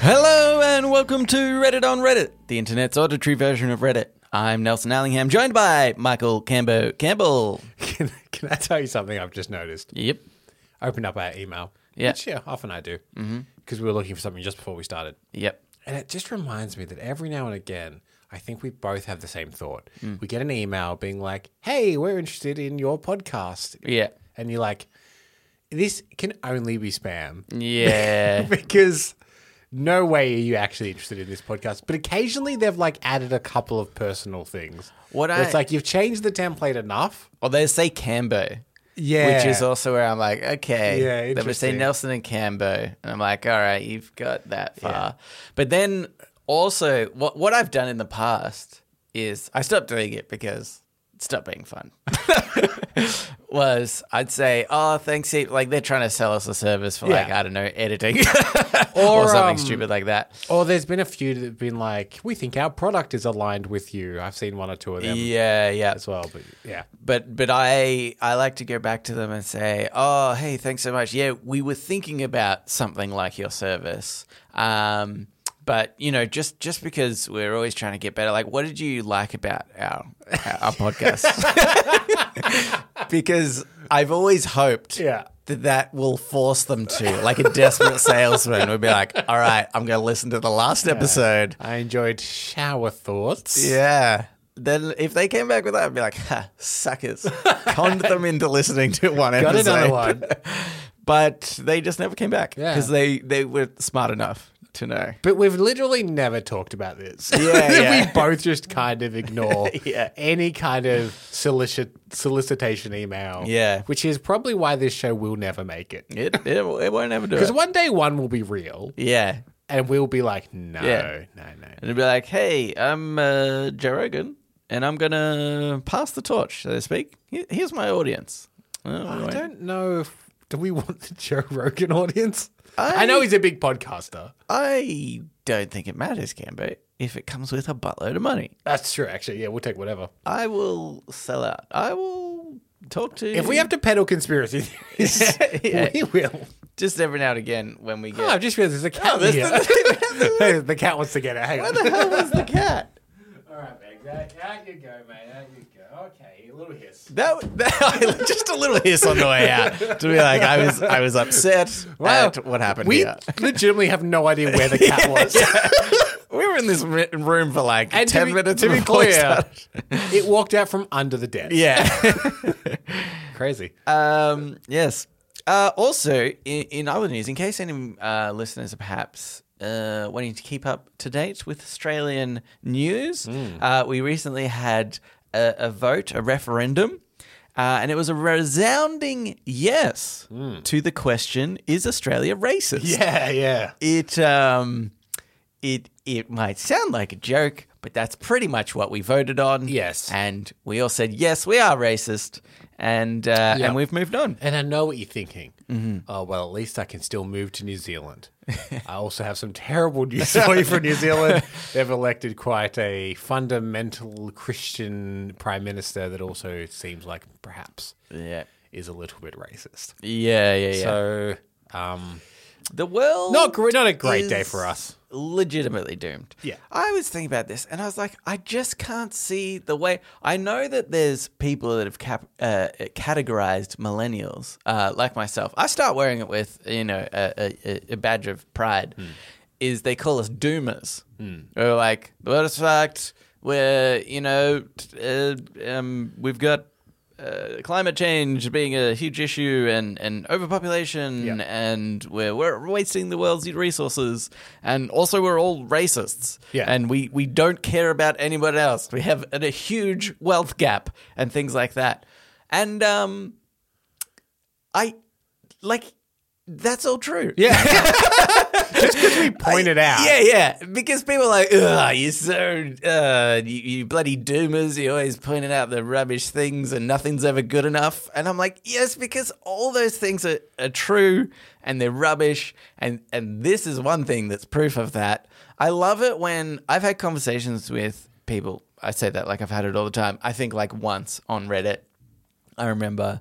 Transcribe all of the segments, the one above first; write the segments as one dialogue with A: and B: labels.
A: Hello and welcome to Reddit on Reddit, the internet's auditory version of Reddit. I'm Nelson Allingham, joined by Michael Cambo Campbell.
B: Can, can I tell you something I've just noticed?
A: Yep.
B: I opened up our email,
A: Yeah. Mm-hmm.
B: which yeah, often I do, because we were looking for something just before we started.
A: Yep.
B: And it just reminds me that every now and again, I think we both have the same thought.
A: Mm.
B: We get an email being like, hey, we're interested in your podcast.
A: Yeah.
B: And you're like, this can only be spam
A: Yeah.
B: because no way are you actually interested in this podcast. But occasionally they've like added a couple of personal things.
A: What
B: where It's
A: I-
B: like you've changed the template enough.
A: or they say Cambo.
B: Yeah.
A: Which is also where I'm like, okay.
B: Yeah,
A: They would say
B: interesting.
A: Nelson and Cambo. And I'm like, all right, you've got that far. But then also, what, what I've done in the past is I stopped doing it because it stopped being fun. Was I'd say, oh, thanks. Steve." Like they're trying to sell us a service for like,
B: Yeah.
A: I don't know, editing or, something
B: um,
A: stupid like that.
B: Or there's been a few that have been like, we think our product is aligned with you. I've seen one or two of them
A: Yeah, yeah.
B: as well, but yeah.
A: but but I I like to go back to them and say, oh hey, thanks so much. Yeah, we were thinking about something like your service, um, but you know, just just because we're always trying to get better. Like, what did you like about our our, our podcast? because I've always hoped,
B: Yeah.
A: That that will force them to, like a desperate salesman would be like, all right, I'm going to listen to the last episode.
B: I enjoyed shower thoughts.
A: Yeah. Then if they came back with that, I'd be like, ha, suckers. Conned them into listening to one
B: Got
A: episode.
B: another one.
A: but they just never came back
B: Yeah.
A: because they, they were smart enough to know.
B: But we've literally never talked about this.
A: yeah.
B: we both just kind of ignore
A: Yeah.
B: any kind of solicit- solicitation email.
A: Yeah.
B: Which is probably why this show will never make it.
A: It, it, it won't ever do
B: Because
A: it.
B: one day one will be real
A: Yeah.
B: and we'll be like, no,
A: Yeah.
B: no, no.
A: And it'd be like, hey, I'm uh, Joe Rogan and I'm going to pass the torch, so to speak. Here- Here's my audience. Oh,
B: I
A: right.
B: don't know if. Do we want the Joe Rogan audience?
A: I-
B: I know he's a big podcaster.
A: I don't think it matters, Cambo, if it comes with a buttload of money.
B: That's true, actually. Yeah, we'll take whatever.
A: I will sell out. I will talk to
B: If we have to peddle conspiracy theories,
A: Yeah.
B: we will.
A: just every now and again when we get.
B: Oh, I've just realized there's a cat
A: there's
B: here. The, cat wants to get out. Hang on.
A: Where the hell was the cat?
B: All right, Meg. Out, out you go, mate. Out you go. Okay, a little hiss.
A: That, that just a little hiss on the way out to be like I was I was upset
B: Wow.
A: at what happened
B: We
A: here.
B: legitimately have no idea where the cat was.
A: We were in this ri- room for like
B: And to
A: ten
B: be-
A: minutes.
B: to be
A: before we
B: clear.
A: started.
B: It walked out from under the desk.
A: yeah.
B: Crazy.
A: Um, yes. Uh, also, in, in other news, in case any uh, listeners are perhaps uh, wanting to keep up to date with Australian news,
B: Hmm.
A: uh, we recently had a, a vote, a referendum, uh, and it was a resounding yes to the question: Is Australia racist?
B: Hmm. yeah, yeah.
A: It um, it it might sound like a joke, but that's pretty much what we voted on.
B: Yes.
A: and we all said yes, we are racist, and uh, and we've moved on.
B: And I know what you're thinking. Oh, well, at least I can still move to New Zealand. I also have some terrible news for you from New Zealand. They've elected quite a fundamental Christian prime minister that also seems like perhaps
A: Yeah.
B: is a little bit racist.
A: Yeah, yeah, yeah.
B: So, um,
A: the world
B: not, gr- not a great day
A: is
B: for us.
A: Legitimately doomed.
B: Yeah.
A: I was thinking about this and I was like, I just can't see the way. I know that there's people that have cap- uh, categorized millennials, uh, like myself. I start wearing it with, you know, a, a- a, a badge of pride, is they call us doomers. They're like, the world is fucked. We're, you know, t- uh, um, we've got uh, climate change being a huge issue and, and overpopulation
B: Yeah.
A: and we're, we're wasting the world's resources and also we're all racists
B: Yeah.
A: and we, we don't care about anyone else we have a, a huge wealth gap and things like that and um i like That's all true.
B: Yeah. Just because we point it out.
A: Yeah, yeah. Because people are like, ugh, you're so, uh, you, you bloody doomers. You're always pointing out the rubbish things and nothing's ever good enough. And I'm like, yes, because all those things are, are true and they're rubbish. And, and this is one thing that's proof of that. I love it when I've had conversations with people. I say that like I've had it all the time. I think like once on Reddit, I remember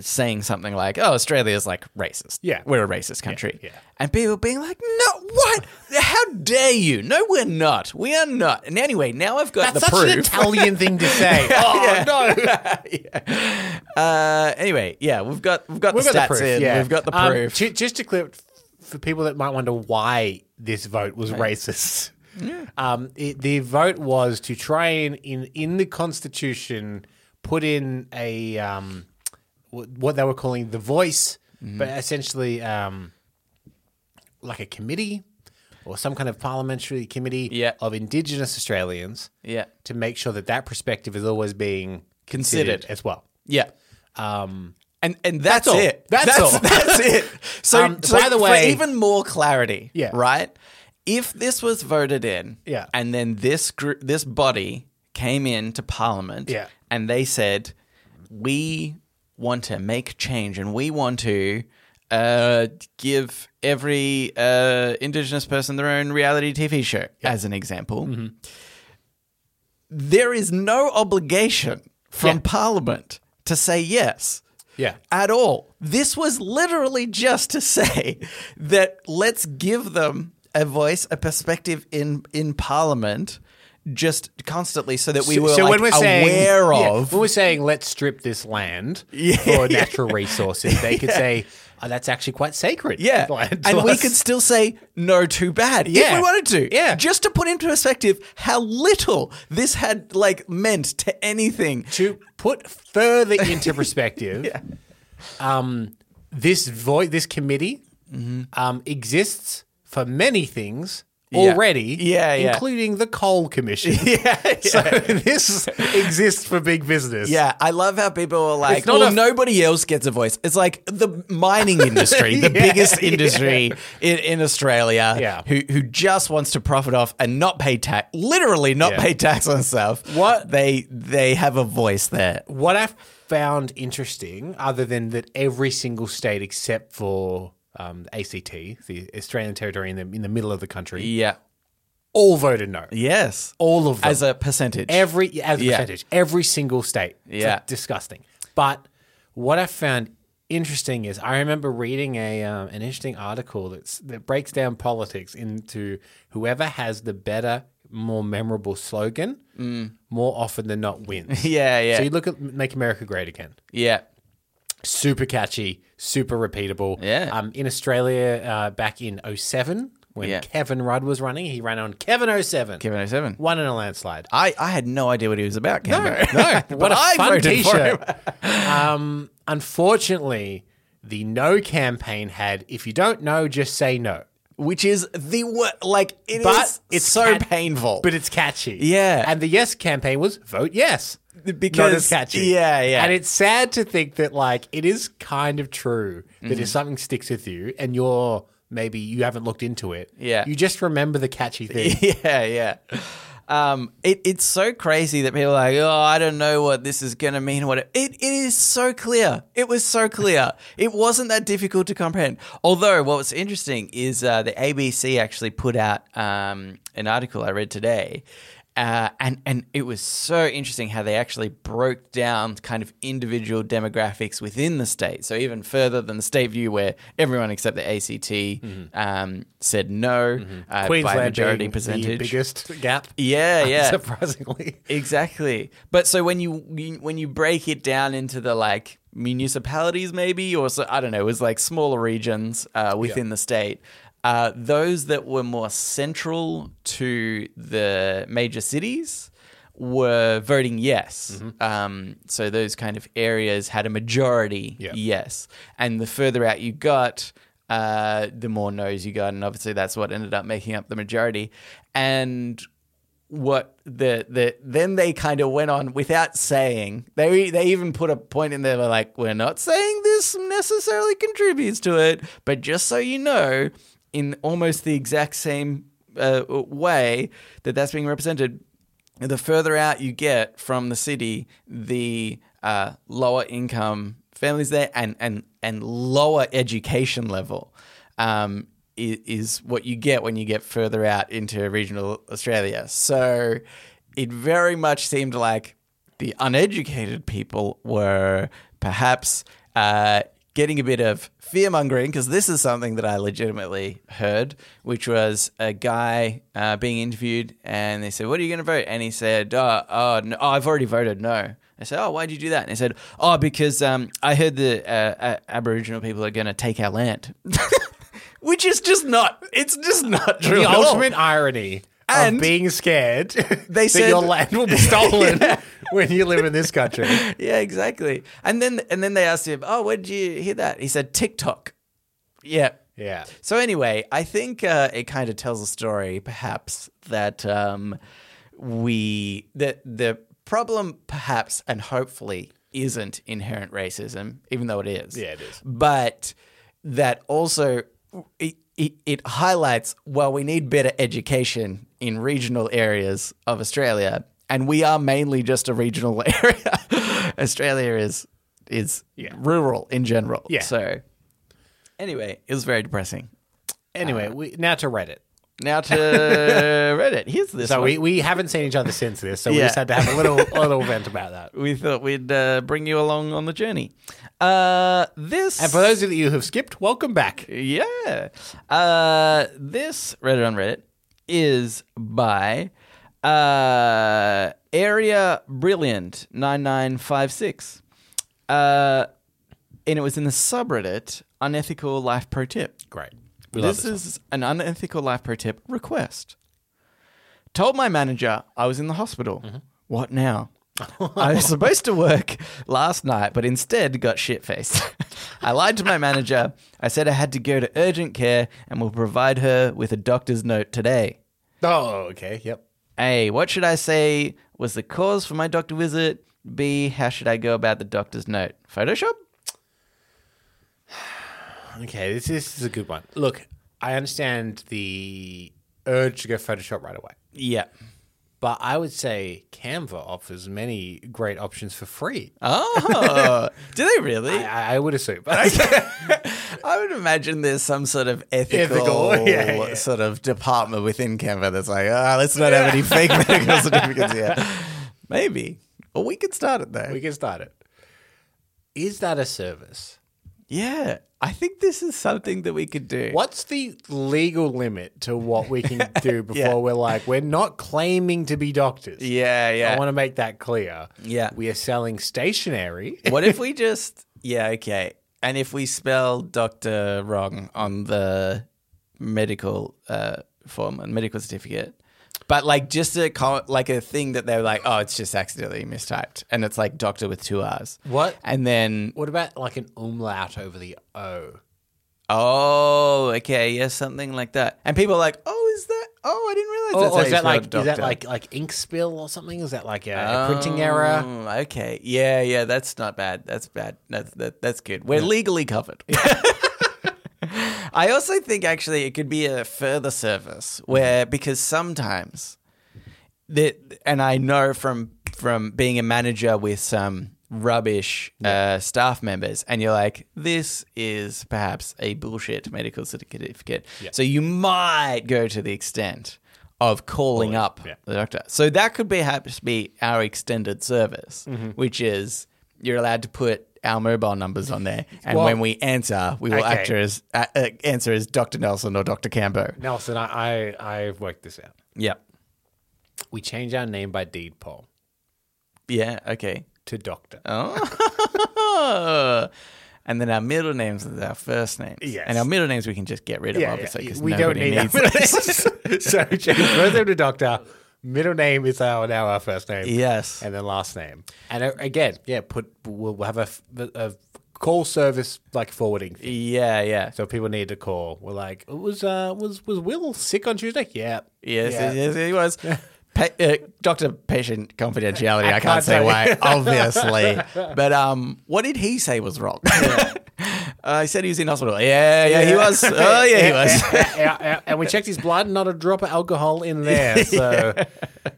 A: saying something like, "Oh, Australia's like racist.
B: Yeah.
A: we're a racist country."
B: yeah.
A: And people being like, "No, what? How dare you? No, we're not. We are not." And anyway, now I've got
B: That's
A: the
B: such
A: proof.
B: an Italian thing to say. Oh, no.
A: uh, anyway, yeah, we've got we've got
B: We've
A: the stats
B: got the proof.
A: in.
B: Yeah.
A: We've got the
B: Um,
A: proof.
B: ju- just to clear, for people that might wonder why this vote was racist, um, it, the vote was to try and in in the constitution put in a um, wh- what they were calling the voice,
A: Mm-hmm.
B: but essentially um, like a committee or some kind of parliamentary committee
A: Yeah.
B: of Indigenous Australians
A: yeah,
B: to make sure that that perspective is always being
A: Considered.
B: considered as well.
A: yeah.
B: Um,
A: And and that's,
B: all.
A: it.
B: That's all.
A: That's it. So,
B: Um,
A: so
B: by the way-
A: for even more clarity,
B: Yeah.
A: right? If this was voted in,
B: Yeah.
A: and then this group, this body came into Parliament,
B: Yeah.
A: and they said, we want to make change, and we want to uh, give every uh, Indigenous person their own reality TV show, as an example.
B: Mm-hmm.
A: There is no obligation from
B: Yeah.
A: Parliament to say yes
B: yeah.
A: at all. This was literally just to say that let's give them a voice, a perspective in in Parliament, just constantly, so that we were like, aware
B: yeah,
A: of.
B: when we're saying let's strip this land
A: Yeah.
B: for natural resources, they could say oh, that's actually quite sacred.
A: Yeah.
B: land to
A: And we
B: us."
A: could still say no too bad if
B: Yeah.
A: we wanted to.
B: Yeah.
A: Just to put into perspective how little this had like meant to anything.
B: to put further into perspective. um, this void, this committee, um, exists for many things.
A: Yeah.
B: Already,
A: Yeah, yeah.
B: including the coal commission.
A: Yeah, yeah.
B: so this exists for big business.
A: Yeah, I love how people are like,
B: It's not
A: well,
B: a-
A: nobody else gets a voice. It's like the mining industry, the
B: Yeah,
A: biggest industry in, in Australia,
B: Yeah.
A: who who just wants to profit off and not pay tax, literally not
B: Yeah.
A: pay tax on stuff.
B: What-
A: they they have a voice there.
B: What I found interesting, other than that, every single state except for um, ACT, the Australian territory in the in the middle of the country,
A: Yeah.
B: all voted no.
A: Yes.
B: All of them,
A: As a percentage.
B: every as a
A: Yeah.
B: percentage, every single state. It's, like,
A: Yeah.
B: disgusting. But what I found interesting is I remember reading a um, an interesting article that's that breaks down politics into whoever has the better, more memorable slogan, more often than not wins.
A: yeah, Mm. yeah.
B: So you look at Make America Great Again.
A: yeah.
B: super catchy, super repeatable.
A: Yeah.
B: Um, in Australia, uh, back in 07, when
A: Yeah.
B: Kevin Rudd was running, he ran on Kevin 07.
A: Kevin 07.
B: Won in a landslide.
A: I, I had no idea what he was about, Cameron.
B: No, what a
A: I
B: fun
A: voted for
B: t-shirt. um, unfortunately, the no campaign had, if you don't know, just say no.
A: Which is the wor- like it is
B: But it's
A: so
B: cat-
A: painful.
B: But it's catchy.
A: Yeah.
B: And the yes campaign was vote yes.
A: Because-
B: Not as catchy.
A: yeah, yeah.
B: And it's sad to think that like it is kind of true that
A: Mm-hmm.
B: if something sticks with you and you're maybe you haven't looked into it.
A: Yeah.
B: You just remember the catchy thing.
A: yeah, yeah. Um, it, it's so crazy that people are like, oh, I don't know what this is going to mean. What it, it is so clear. It was so clear. it wasn't that difficult to comprehend. Although, what was interesting is uh, the ABC actually put out um, an article I read today. Uh, and and it was so interesting how they actually broke down kind of individual demographics within the state. So even further than the state view, where everyone except the ACT um, said no uh, by
B: Queensland
A: majority
B: being the
A: percentage.
B: biggest gap.
A: Yeah, yeah,
B: Surprisingly.
A: exactly. But so when you when you break it down into the like municipalities, maybe or so I don't know, it was like smaller regions uh, within the state. Uh, those that were more central to the major cities were voting yes.
B: Mm-hmm.
A: Um, so those kind of areas had a majority
B: Yeah.
A: yes, and the further out you got, uh, the more no's you got, and obviously that's what ended up making up the majority. And what the the then they kind of went on without saying. They they even put a point in there where like we're not saying this necessarily contributes to it, but just so you know, in almost the exact same uh, way that that's being represented, the further out you get from the city, the uh, lower income families there and and and lower education level um, is, is what you get when you get further out into regional Australia. So it very much seemed like the uneducated people were perhaps uh, getting a bit of fear mongering because this is something that I legitimately heard, which was a guy uh, being interviewed and they said, What are you going to vote? And he said, Oh, oh, no, oh I've already voted no. I said, "Oh, why did you do that?" And he said, "Oh, because um, I heard the uh, uh, Aboriginal people are going to take our land," which is just not. It's just not true.
B: The
A: at all.
B: ultimate irony
A: And-
B: of being scared that
A: said-
B: your land will be stolen when you live in this country.
A: yeah, exactly. And then and then they asked him, "Oh, where did you hear that?" He said, "TikTok." Yeah.
B: Yeah.
A: So anyway, I think uh, it kind of tells a story, perhaps that um, we that the problem, perhaps and hopefully, isn't inherent racism, even though it is.
B: Yeah, it is.
A: But that also it, it, it highlights well, we need better education in regional areas of Australia, and we are mainly just a regional area. Australia is is rural in general.
B: Yeah.
A: So anyway, it was very depressing.
B: Anyway,
A: Uh.
B: we, now to Reddit.
A: Now to Reddit. Here's this
B: So
A: one.
B: we, we haven't seen each other since this, so we
A: Yeah.
B: just had to have a little little vent about that.
A: We thought we'd uh, bring you along on the journey. Uh, this
B: And for those of you who have skipped, welcome back.
A: Yeah. Uh, this Reddit on Reddit is by uh, Area Brilliant 9956. Uh, and it was in the subreddit Unethical Life Pro Tip.
B: Great.
A: This, is an unethical life pro tip request. Told my manager I was in the hospital. What now? I was supposed to work last night, but instead got shit faced. I lied to my manager. I said I had to go to urgent care and will provide her with a doctor's note today.
B: Oh, okay. Yep.
A: A. What should I say was the cause for my doctor visit? B. How should I go about the doctor's note? Photoshop?
B: Okay, this, this is a good one. Look, I understand the urge to go Photoshop right away,
A: Yeah.
B: but I would say Canva offers many great options for free.
A: Oh, do they really?
B: I, I would assume.
A: I would imagine there's some sort of ethical,
B: Ethical, yeah, yeah.
A: sort of department within Canva that's like, ah, let's not have any fake medical certificates here. Maybe. Well, we could start it though.
B: we can start it. Is that a service?
A: yeah. I think this is something that we could do.
B: What's the legal limit to what we can do before
A: Yeah.
B: we're like, we're not claiming to be doctors?
A: Yeah,
B: I
A: yeah.
B: want to make that clear.
A: Yeah.
B: We are selling stationery.
A: what if we just, yeah, okay. And if we spell doctor wrong on the medical uh, form and medical certificate, but like just a com- like a thing that they're like, oh, it's just accidentally mistyped, and it's like doctor with two R's.
B: What?
A: And then
B: What about like an umlaut over the O?
A: Oh, okay, yes, something like that. And people are like, oh, is that? Oh, I didn't realize.
B: Or,
A: that's
B: or
A: how
B: is
A: you
B: that
A: spell
B: like is that
A: doctor.
B: like like ink spill or something? Is that like a, a printing error?
A: Oh, okay, yeah, yeah, that's not bad. That's bad. That's that, that's good. We're legally covered. I also think actually it could be a further service where because sometimes that and I know from from being a manager with some rubbish uh, staff members and you're like this is perhaps a bullshit medical certificate so you might go to the extent of calling up
B: yeah.
A: the doctor so that could perhaps be our extended service
B: Mm-hmm.
A: which is you're allowed to put our mobile numbers on there and
B: Well-
A: when we answer we will
B: Okay.
A: act as, uh, uh, answer as dr nelson or dr cambo
B: Nelson, I, I I've worked this out.
A: yeah
B: We change our name by deed poll
A: yeah okay
B: to doctor.
A: Oh. And then our middle names is our first names.
B: Yes.
A: And our middle names we can just get rid of, obviously, because
B: we don't
A: nobody
B: need our
A: needs
B: middle
A: them.
B: names. so change first name to doctor. Middle name is our now our first name.
A: yes.
B: and then last name. And uh, again, yeah, put we'll we'll have a, f- a call service like forwarding. Thing.
A: yeah, yeah.
B: So if people need to call. We're like, was uh, was was Will sick on Tuesday? Yeah,
A: Yes,
B: Yeah.
A: yes, yes, he was. Pa- uh, doctor patient confidentiality. I, can't,
B: can't
A: say
B: say.
A: why, obviously. but um, what did he say was wrong? uh, he said he was in hospital. Yeah, yeah, he was. Oh, yeah, he was.
B: Yeah, yeah, and we checked his blood, not a drop of alcohol in there. So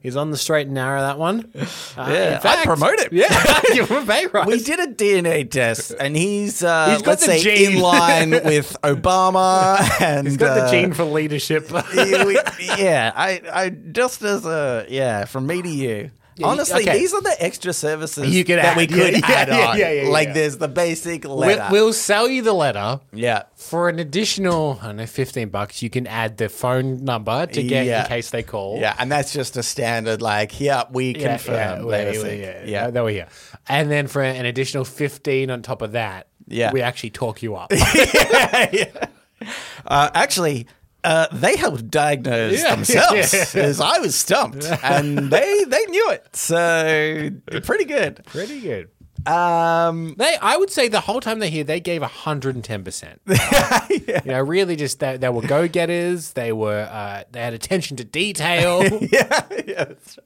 B: he's on the straight and narrow, that one. Uh,
A: Yeah, I'd promote it.
B: Yeah, give him a pay rise.
A: We did a DNA test, and he's uh,
B: He's got
A: let's
B: the
A: say
B: gene.
A: in line with Obama, and
B: he's got
A: uh,
B: the gene for leadership.
A: yeah, we- yeah, I, I just as a yeah, from me to you.
B: you-
A: Honestly,
B: okay.
A: these are the extra services
B: You could
A: that
B: add-
A: we could
B: yeah, yeah,
A: add
B: yeah,
A: on.
B: yeah, yeah,
A: like
B: yeah.
A: there's the basic letter.
B: we'll, we'll sell you the letter.
A: yeah.
B: For an additional, I don't know, 15 bucks, you can add the phone number to get
A: Yeah.
B: in case they call.
A: Yeah, and that's just a standard like, yeah, we
B: Oh. Yeah,
A: confirm
B: yeah,
A: they
B: we-
A: were
B: we-
A: sick.
B: yeah,
A: Yeah.
B: that we hear. And then for an additional 15 on top of that,
A: Yeah.
B: we actually talk you up.
A: Uh, actually, uh, they helped diagnose
B: Yeah.
A: themselves
B: Yeah.
A: as I was stumped, and they they knew it, so pretty good.
B: Pretty good.
A: Um,
B: They, I would say the whole time they're here, they gave 110%. You know, really just, they, they were go getters. They were, uh, they had attention to detail.
A: yeah, yeah, that's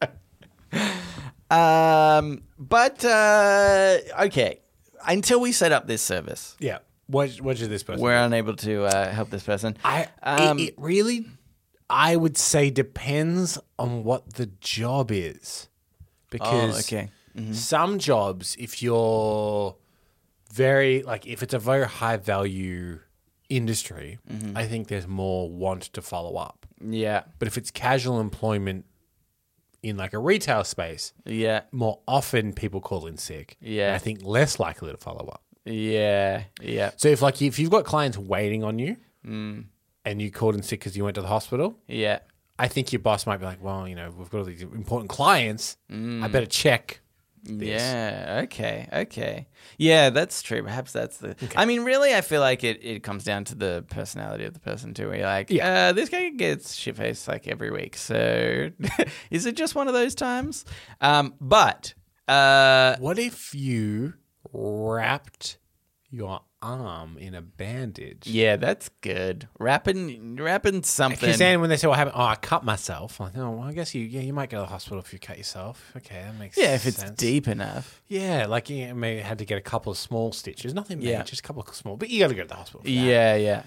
A: right. Um, but uh, okay, until we set up this service,
B: yeah. What, what did this person?
A: we're unable to uh, help this person.
B: I,
A: Um,
B: it, it really, I would say depends on what the job is. Because
A: Oh, okay. Mm-hmm.
B: some jobs, if you're very, like, if it's a very high value industry,
A: Mm-hmm.
B: I think there's more want to follow up.
A: yeah,
B: But if it's casual employment in like a retail space,
A: yeah,
B: more often people call in sick.
A: Yeah.
B: And I think less likely to follow up.
A: yeah, yeah,
B: So if like if you've got clients waiting on you
A: Mm.
B: and you called in sick because you went to the hospital,
A: yeah.
B: I think your boss might be like, well, you know, we've got all these important clients. I better check.
A: Yeah. Okay. Okay. Yeah, that's true. Perhaps that's the. I mean, really, I feel like it, it comes down to the personality of the person too. Where you're like,
B: Yeah.
A: uh, this guy gets shit faced like every week. So, is it just one of those times? Um, but uh,
B: What if you wrapped your arm in a bandage?
A: yeah, that's good. Rapping, rapping something.
B: Because then when they say what happened, oh, I cut myself. I think, oh, well, I guess you, yeah, you might go to the hospital if you cut yourself. Okay, that makes
A: yeah, if it's
B: sense.
A: deep enough.
B: Yeah, like you may had to get a couple of small stitches. Nothing major,
A: Yeah.
B: just a couple of small. But you got to go to the hospital. For that.
A: Yeah. Yeah.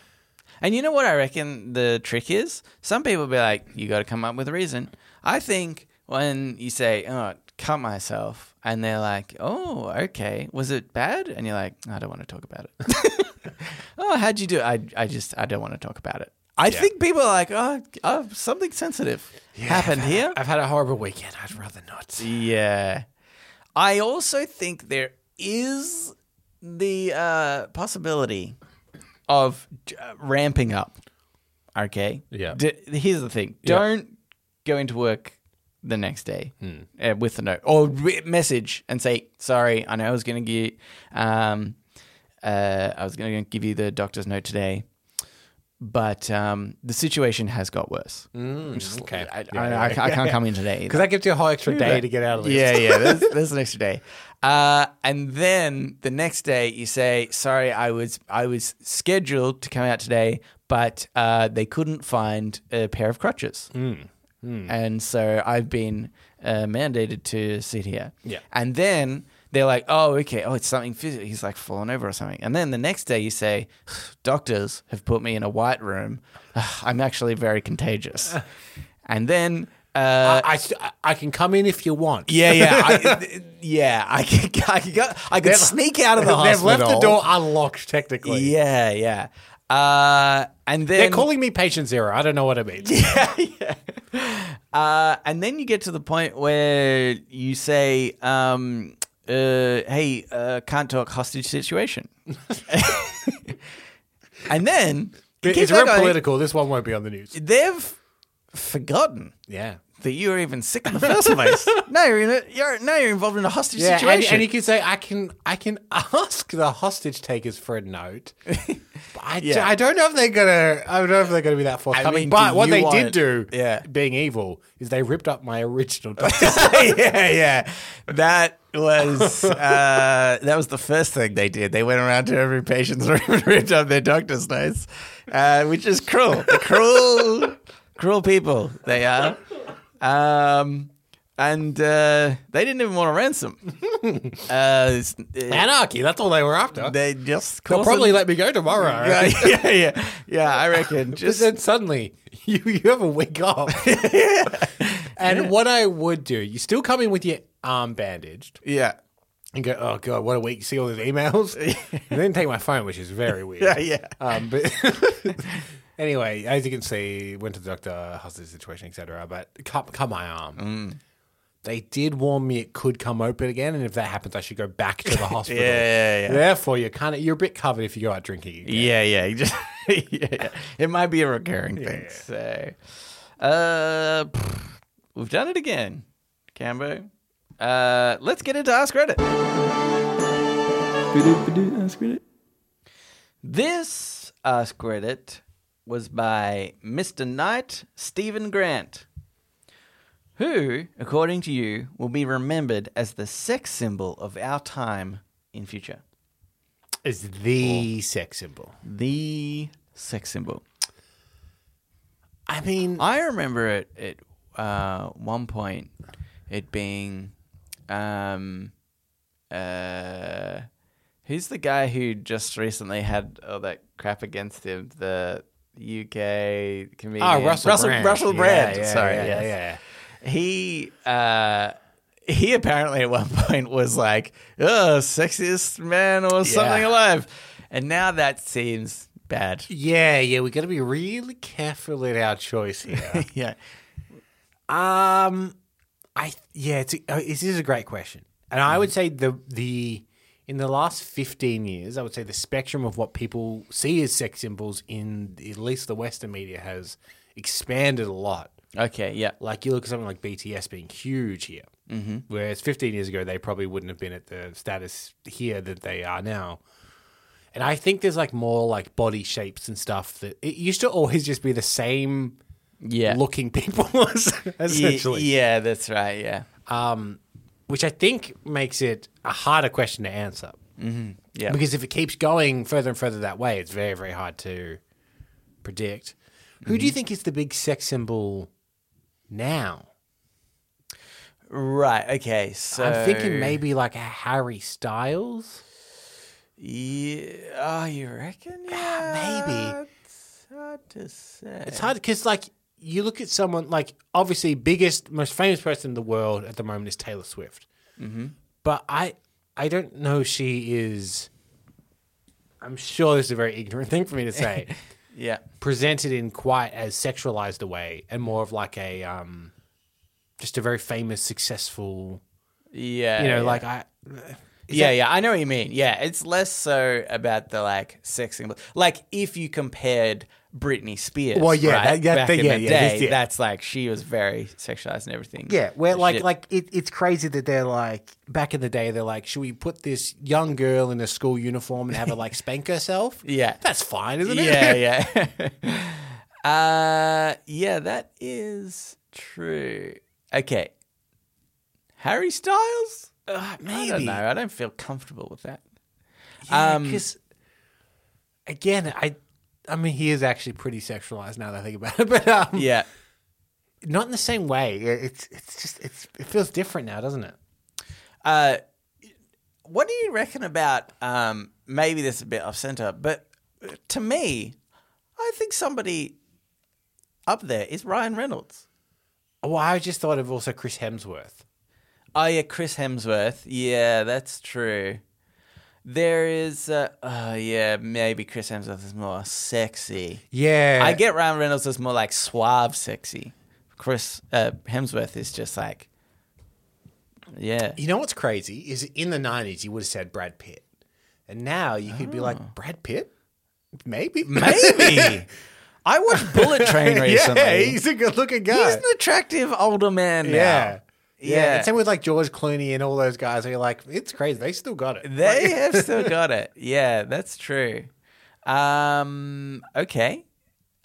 A: And you know what I reckon the trick is? Some people be like, you got to come up with a reason. I think when you say, oh, cut myself, and they're like, oh, okay, was it bad? And you're like, I don't want to talk about it. oh, how'd you do it? I, I just, I don't want to talk about it. I think people are like, oh, oh something sensitive happened here. Mm,
B: I've had a horrible weekend. I'd rather not.
A: Yeah. I also think there is the uh, possibility of j- uh, ramping up. Okay.
B: Yeah.
A: D- here's the thing
B: Yeah. Hmm.
A: don't go into work the next day uh, with a note or re- message and say, sorry, I know I was going to get, um, uh, I was going to give you the doctor's note today. But um, the situation has got worse.
B: Hmm.
A: I'm just-
B: okay.
A: I, I, I, I can't come in today. either.
B: Because that gives you a whole extra day to get out of this.
A: Yeah, yeah. There's, there's an extra day. Uh, and then the next day, you say, "Sorry, I was I was scheduled to come out today, but uh, they couldn't find a pair of crutches, and so I've been uh, mandated to sit here."
B: Yeah.
A: And then they're like, "Oh, okay. Oh, it's something physical. He's like fallen over or something." And then the next day, you say, "Doctors have put me in a white room. I'm actually very contagious." and then. Uh,
B: I, I st- I- I can come in if you want.
A: yeah, yeah, I, yeah. I could, I could, go, I could sneak out of the
B: They've
A: hospital.
B: left the door unlocked, technically.
A: Yeah, yeah. Uh, and then
B: They're calling me patient zero. I don't know what it means.
A: uh, and then you get to the point where you say, um, uh, "Hey, uh, can't talk hostage situation," and then
B: It-
A: keep
B: it's
A: that
B: real
A: going.
B: political. This one won't be on the news.
A: They've forgotten.
B: Yeah.
A: That you were even sick in the first place. now you're in a, you're now you're involved in a hostage
B: Yeah, and,
A: situation.
B: and you can say I can I can ask the hostage takers for a note. But I, d-
A: Yeah.
B: I don't know if they're gonna I don't know if they're gonna be that forthcoming.
A: mean,
B: but
A: do
B: what
A: you
B: they
A: want
B: did
A: it?
B: do,
A: Yeah.
B: being evil, is they ripped up my original. document.
A: yeah, yeah. That was uh, that was the first thing they did. They went around to every patient's room and ripped up their doctor's notes, uh, which is cruel. Cruel, cruel people they are. Um, and uh, they didn't even want a ransom. uh, it's- it-
B: Anarchy. That's all they were after. They'll
A: they just
B: probably let me go tomorrow. I
A: yeah,
B: reckon.
A: yeah, yeah, yeah. I reckon
B: Just
A: just
B: then suddenly you, you have a wig off. And what I would do, you still come in with your arm bandaged
A: yeah,
B: and go, oh God, what a week. See all those emails? and then take my phone, which is very weird.
A: yeah, yeah.
B: Um, but anyway, as you can see, went to the doctor, husband situation, etc. But cut, cut my arm.
A: Mm.
B: They did warn me it could come open again, and if that happens, I should go back to the hospital.
A: Yeah, yeah, yeah.
B: Therefore, you're kind of you're a bit covered if you go out drinking. Again.
A: Yeah, yeah. You just yeah, yeah. It might be a recurring thing. So, uh, pfft, we've done it again, Cambo. Uh, let's get into Ask Reddit. Ask Reddit. This Ask Reddit was by Mr. Knight Stephen Grant, who, according to you, will be remembered as the sex symbol of our time in future
B: It's the sex symbol.
A: the sex symbol.
B: I mean,
A: I remember it at uh, one point it being um uh who's the guy who just recently had all that crap against him the UK comedian
B: ah, Russell,
A: Russell
B: Brand.
A: Russell Brand,
B: Yeah, yeah,
A: sorry
B: yeah,
A: yes.
B: yeah.
A: he uh he apparently at one point was like, "Oh, sexiest man or something
B: Yeah.
A: alive," and now that seems bad.
B: Yeah, yeah, we got to be really careful in our choice here.
A: yeah,
B: Um, I yeah, it's a, uh, this is a great question, and I
A: Mm.
B: would say the the in the last fifteen years, I would say the spectrum of what people see as sex symbols in at least the Western media has expanded a lot.
A: Okay, yeah.
B: Like you look at something like BTS being huge here, mm-hmm. whereas 15 years ago they probably wouldn't have been at the status here that they are now. And I think there's like more like body shapes and stuff that it used to always just be the same
A: Yeah.
B: looking people
A: Ye-
B: essentially.
A: yeah, that's right. Yeah.
B: um, which I think makes it a harder question to answer.
A: Mm-hmm. Yeah.
B: Because if it keeps going further and further that way, it's very, very hard to predict. Who
A: Mm-hmm.
B: do you think is the big sex symbol now?
A: right. Okay. So
B: I'm thinking maybe like a Harry Styles.
A: Yeah. Oh, you reckon? Yeah.
B: Ah, maybe.
A: It's hard to say.
B: It's hard because like you look at someone like obviously biggest, most famous person in the world at the moment is Taylor Swift, Mm-hmm. but I I don't know she is. I'm sure this is a very ignorant thing for me to say.
A: Yeah.
B: presented in quite as sexualized a way and more of like a um just a very famous successful
A: Yeah.
B: you know
A: yeah.
B: like i
A: yeah, yeah, I know what you mean. Yeah, it's less so about the like sex symbol. Like if you compared Britney Spears,
B: Well, yeah,
A: right,
B: that- that-
A: back
B: that-
A: in
B: yeah,
A: the
B: yeah,
A: day,
B: this- yeah.
A: that's like she was very sexualized and everything.
B: yeah where like
A: Shit.
B: like it, it's crazy that they're like back in the day they're like should we put this young girl in a school uniform and have her like spank herself
A: yeah,
B: that's fine isn't it
A: yeah, yeah. uh, yeah, that is true. Okay. Harry Styles? Uh, I don't
B: maybe.
A: know. I don't feel comfortable with that. Um,
B: because again i i mean he is actually pretty sexualized now that i think about it but um
A: Yeah.
B: not in the same way It- it's it's just it's it feels different now doesn't it
A: Uh, what do you reckon about? Um, maybe this is a bit off center, but uh, to me, I think somebody up there is Ryan Reynolds.
B: Well, Oh, I just thought of also Chris Hemsworth.
A: Oh yeah, Chris Hemsworth. Yeah, that's true. There is, uh, oh yeah, maybe Chris Hemsworth is more sexy.
B: Yeah,
A: I get Ryan Reynolds is more like suave sexy. Chris uh, Hemsworth is just like, yeah,
B: You know what's crazy is in the nineties you would have said Brad Pitt, and now you could be like Brad Pitt, Oh. maybe,
A: maybe. I watched Bullet Train recently.
B: yeah, he's a good looking guy.
A: He's an attractive older man now.
B: yeah.
A: Yeah.
B: and same with like George Clooney and all those guys. Where you're like, it's crazy. They still got it.
A: They have still got it. Yeah, that's true. Um, okay.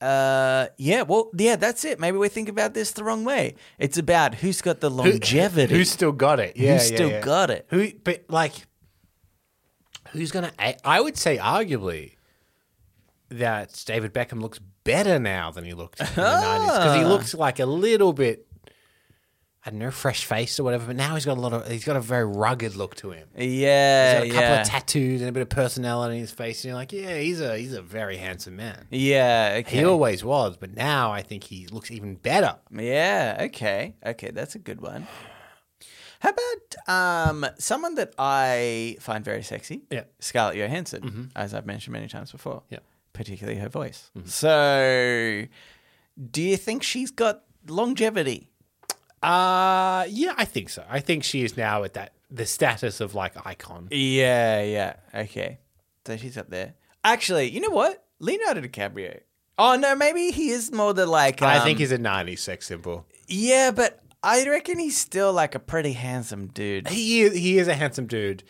A: Uh, yeah, well, yeah, that's it. Maybe we think about this the wrong way. It's about who's got the longevity.
B: Who's still got it? Yeah,
A: Who's
B: yeah,
A: still
B: yeah.
A: got it?
B: Who? But like, who's gonna? a- I would say arguably that
A: Ah.
B: David Beckham looks better now than he looked in the nineties because he looks like a little bit I don't know, fresh face or whatever. But now he's got a lot of, he's got a very rugged look to him. He's
A: Yeah,
B: got a couple
A: yeah,
B: of tattoos and a bit of personality in his face. And you're like, yeah, he's a, he's a very handsome man.
A: yeah. Okay.
B: He always was, but now I think he looks even better.
A: Yeah. Okay. Okay. That's a good one. How about um, someone that I find very sexy?
B: Yeah.
A: Scarlett Johansson, as I've mentioned many times before.
B: Yeah.
A: Particularly her voice. So, do you think she's got longevity?
B: Uh yeah, I think so. I think she is now at that the status of like icon.
A: Yeah. Yeah. Okay. So she's up there. Actually, you know what? Leonardo DiCaprio. Oh no, maybe he is more the like.
B: I
A: um,
B: think he's a '90s sex symbol.
A: Yeah, but I reckon he's still like a pretty handsome dude.
B: He is, he is a handsome dude,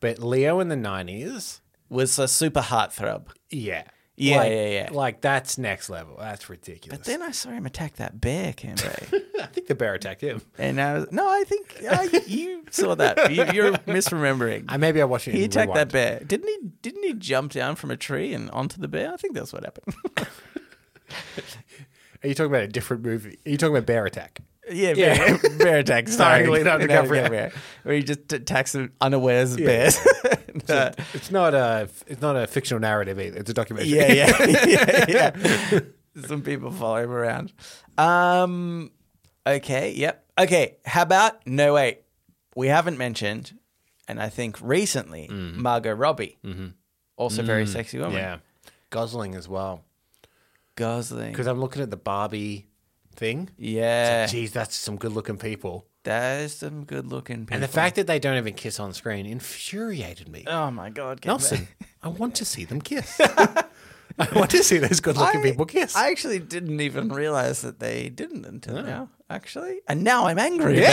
B: but Leo in the '90s,
A: Was a super heartthrob.
B: yeah,
A: Yeah,
B: like,
A: yeah, yeah.
B: like that's next level. That's ridiculous.
A: But then I saw him attack that bear, Cambo.
B: I think the bear attacked him.
A: and I was, no, I think I, you saw that. You, you're misremembering.
B: I Uh, maybe I watched it.
A: he
B: in
A: attacked
B: rewind.
A: that bear. Didn't he? Didn't he jump down from a tree and onto the bear? I think that's what happened.
B: Are you talking about a different movie? Are you talking about Bear Attack?
A: yeah, bear, bear attack. Sorry,
B: Starring Leonardo DiCaprio.
A: where he just attacks unawares bears. No.
B: It's not a it's not a fictional narrative either. It's a documentary.
A: yeah, yeah, yeah, yeah. Some people follow him around. Um, okay, yep. Okay, how about no wait, we haven't mentioned, and I think recently Margot Robbie, also very sexy woman,
B: Mm. Mm-hmm. yeah. Gosling as well.
A: Gosling.
B: Because I'm looking at the Barbie thing.
A: Yeah,
B: Geez, that's some good looking people.
A: that is some good looking people.
B: And the fact that they don't even kiss on screen infuriated me.
A: oh my god, Kevin.
B: Nelson, I want to see them kiss. I want to see those good looking people kiss.
A: I actually didn't even realize that they didn't until now. Actually, and now I'm angry.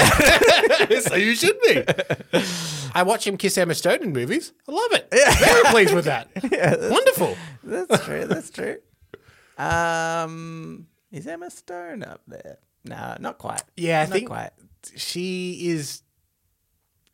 B: so you should be. I watch him kiss Emma Stone in movies. I love it. Very pleased with that. Wonderful.
A: That's true. That's true. Um, is Emma Stone up there? No, not quite.
B: Yeah, I
A: not
B: think
A: quite.
B: she is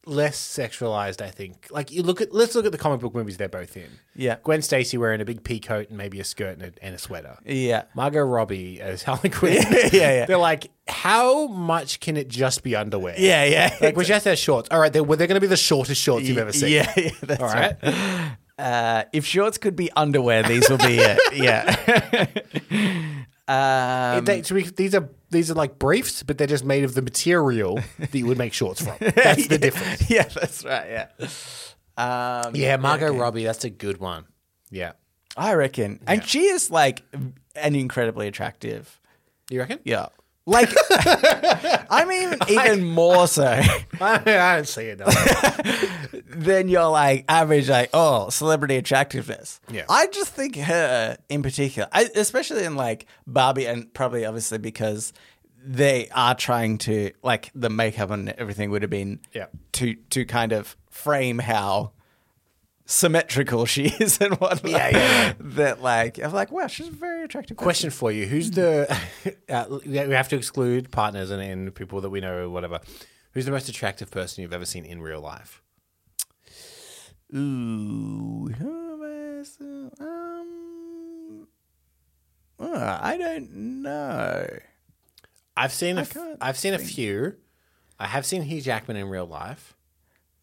B: less sexualized, I think. Like you look at let's look at the comic book movies they're both in.
A: Yeah,
B: Gwen Stacy wearing a big pea coat and maybe a skirt and a, and a sweater.
A: yeah,
B: Margot Robbie as Harley Quinn.
A: Yeah, yeah.
B: They're like, how much can it just be underwear?
A: yeah, yeah.
B: Like, we just have shorts. All right, they're, well, they're going to be the shortest shorts you've ever seen.
A: Yeah, yeah, that's
B: All
A: right.
B: right.
A: Uh, if shorts could be underwear, these will be it. Yeah. um,
B: They- to be- these are these are like briefs, but they're just made of the material that you would make shorts from. That's the difference.
A: yeah, that's right. Yeah. Um,
B: Yeah, Margot Robbie, that's a good one. Yeah.
A: I reckon, and she is like an incredibly attractive.
B: You reckon?
A: Yeah. Like, I mean, even more so.
B: I, I don't see it. That
A: then you're like average, like oh, celebrity attractiveness.
B: Yeah.
A: I just think her in particular, I, especially in like Barbie, and probably obviously because they are trying to like the makeup and everything would have been
B: Yeah.
A: to to kind of frame how symmetrical she is and whatnot.
B: Yeah, yeah, yeah.
A: that like I'm like wow, she's a very attractive. person.
B: Question for you: Who's the? Uh, we have to exclude partners and, and people that we know, or whatever. Who's the most attractive person you've ever seen in real life?
A: Ooh, who am I s- um, uh, I don't know.
B: I've seen a f-
A: can't
B: I've seen a few. I have seen Hugh Jackman in real life.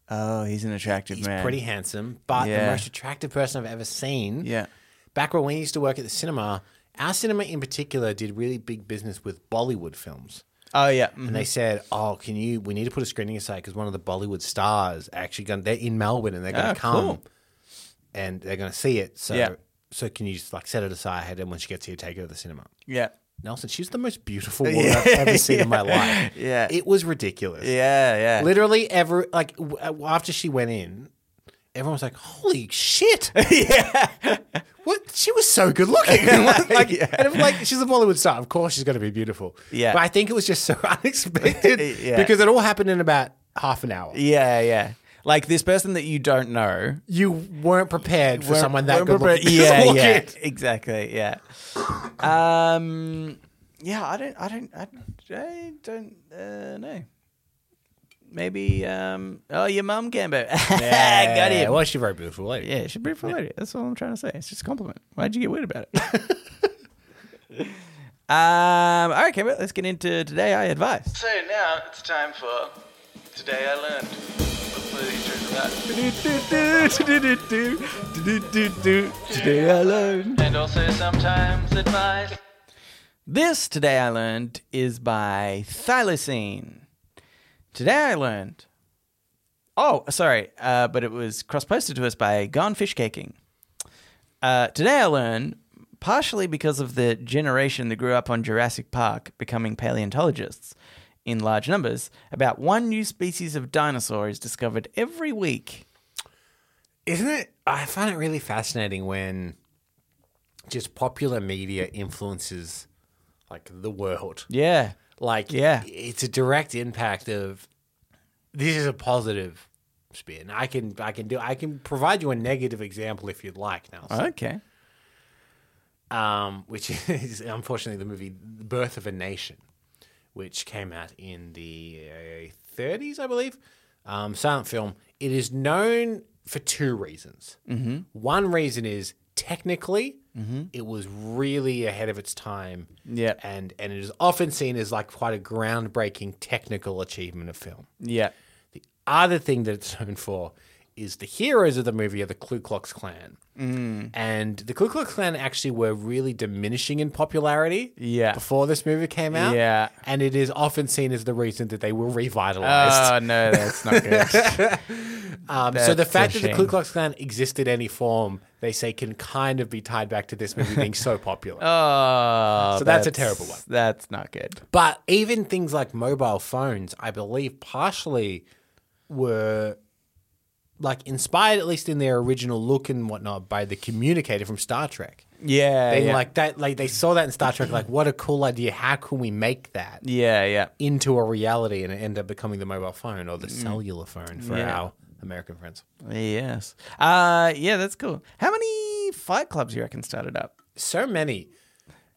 A: Oh, he's an attractive
B: He's
A: man.
B: pretty handsome, but
A: Yeah.
B: the most attractive person I've ever seen.
A: Yeah.
B: Back when we used to work at the cinema, our cinema in particular did really big business with Bollywood films.
A: Oh yeah.
B: And
A: mhm.
B: they said, "Oh, can you? We need to put a screening aside because one of the Bollywood stars actually going. They're in Melbourne and they're going to
A: Oh,
B: come,
A: cool.
B: and they're going to see it. So,
A: Yeah.
B: so can you just like set it aside and when she gets here, take her to the cinema."
A: Mm-hmm. Yeah.
B: Nelson, she's the most beautiful woman I've ever seen in my life.
A: Yeah.
B: It was ridiculous.
A: Yeah. Yeah.
B: Literally, every like w- after she went in, everyone was like, "Holy shit!"
A: yeah.
B: What she was so good looking, like, and if, like she's a Bollywood star. Of course, she's going to be beautiful.
A: Yeah.
B: but I think it was just so unexpected
A: Yeah.
B: because it all happened in about half an hour.
A: Yeah. Yeah. Like this person that you don't know.
B: You weren't prepared for
A: We're-
B: someone
A: we're
B: that good
A: prepared-
B: looking.
A: Yeah.
B: Walk
A: yeah.
B: in.
A: Exactly. Yeah. Um. Yeah. I don't. I don't. I, I don't uh, know. Maybe. Um. Oh, your mum, Gambo.
B: Yeah,
A: Got him.
B: Well, she's a very beautiful lady.
A: Yeah, she's a beautiful lady. That's all I'm trying to say. It's just a compliment. Why'd you get weird about it? Um, all right, Kimber, let's get into today. I advise.
C: So now it's time for Today I Learned. Hopefully these turns out.
A: Today I learned.
C: And also sometimes advice.
A: This today I learned is by Thylacine. Today I learned. Oh, sorry, uh, but it was cross-posted to us by Gone Fish Caking. Uh, today I learned, partially because of the generation that grew up on Jurassic Park becoming paleontologists in large numbers, about one new species of dinosaur is discovered every week.
B: Isn't it? I find it really fascinating when just popular media influences like the world.
A: Yeah.
B: Like,
A: Yeah.
B: it's a direct impact of this is a positive spin. I can, I can do, I can provide you a negative example if you'd like now.
A: Okay.
B: um, which is unfortunately the movie The Birth of a Nation, which came out in the uh, 30s, I believe. Um, silent film. It is known for two reasons. Mm-hmm. One reason is technically, it was really ahead of its time.
A: Yep.
B: And, and it is often seen as like quite a groundbreaking technical achievement of film.
A: Yeah.
B: The other thing that it's known for is the heroes of the movie are the Ku Klux Klan. Mm. And the Ku Klux Klan actually were really diminishing in popularity
A: Yeah.
B: before this movie came out.
A: Yeah.
B: And it is often seen as the reason that they were revitalized.
A: Oh no, that's not good.
B: um, so the
A: Ah, that's
B: fact
A: a
B: that the Ku
A: shame.
B: Klux Klan existed any form, they say, can kind of be tied back to this movie being so popular.
A: Oh,
B: So that's a terrible one.
A: That's not good.
B: But even things like mobile phones, I believe, partially were like inspired, at least in their original look and whatnot, by the communicator from Star Trek.
A: Yeah,
B: They
A: yeah.
B: like that, like they saw that in Star Trek, like what a cool idea! How can we make that
A: yeah, yeah,
B: into a reality and it end up becoming the mobile phone or the cellular phone for
A: Mm. Yeah.
B: our American friends?
A: yes. Uh, yeah, that's cool. How many fight clubs you reckon started up?
B: So many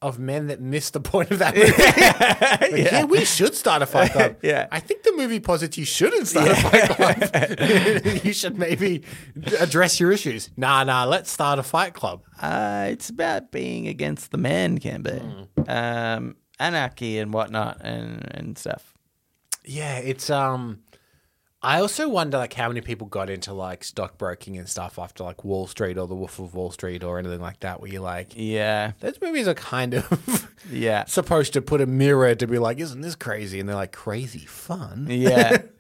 B: of men that missed the point of that movie. Like, yeah. we should start a fight club.
A: Yeah.
B: I think the movie posits you shouldn't start a fight club. you should maybe d- address your issues. Nah, nah, let's start a fight club.
A: Uh, it's about being against the man, can be. Um, anarchy and whatnot and and stuff.
B: Yeah, it's um I also wonder like how many people got into like stockbroking and stuff after like Wall Street or the Wolf of Wall Street or anything like that where you're like
A: Yeah,
B: those movies are kind of
A: yeah,
B: supposed to put a mirror to be like, isn't this crazy? And they're like, crazy fun.
A: yeah.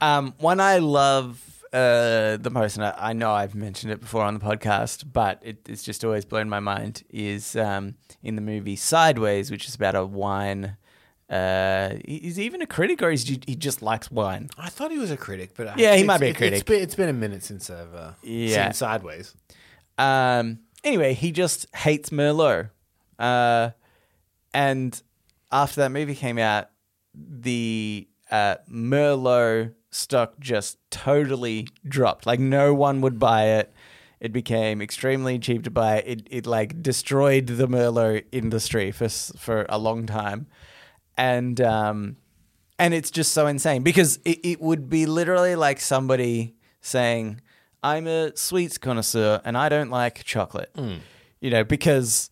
A: um, one I love. Uh, the most, and I, I know I've mentioned it before on the podcast, but it, it's just always blown my mind. Is um, in the movie Sideways, which is about a wine. Uh, he- he's even a critic, or is he, he just likes wine?
B: I thought he was a critic, but I-
A: Yeah, he might
B: it's-
A: be a
B: it- It's
A: critic.
B: been, it's been a minute since I've uh,
A: Yeah.
B: seen Sideways.
A: Um, anyway, he just hates Merlot. Uh, and after that movie came out, the uh, Merlot stock just totally dropped. Like no one would buy it. It became extremely cheap to buy. It it like destroyed the Merlot industry for s- for a long time, and um, and it's just so insane because it, it would be literally like somebody saying, I'm a sweets connoisseur and I don't like chocolate.
B: Hmm.
A: You know, because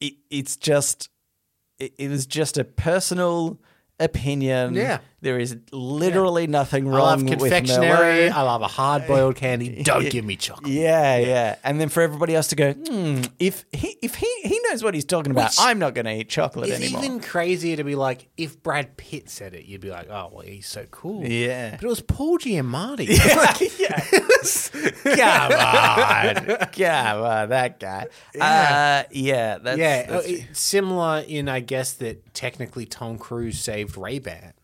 A: it, it's just, it, it was just a personal opinion.
B: Yeah.
A: There is literally nothing
B: I love
A: wrong with
B: confectionery.
A: Merlot.
B: I love a hard boiled candy. Don't give me chocolate.
A: Yeah, yeah, and then for everybody else to go, hmm, if he if he he knows what he's talking about,
B: Which
A: I'm not going to eat chocolate
B: It's
A: anymore.
B: even crazier to be like, if Brad Pitt said it, you'd be like, oh, well, he's so cool.
A: Yeah.
B: But it was Paul Giamatti.
A: yeah,
B: Come on.
A: yeah, well, that guy. Uh, yeah, that's,
B: yeah.
A: that's
B: oh, it's similar in, I guess, that technically Tom Cruise saved Ray Ban.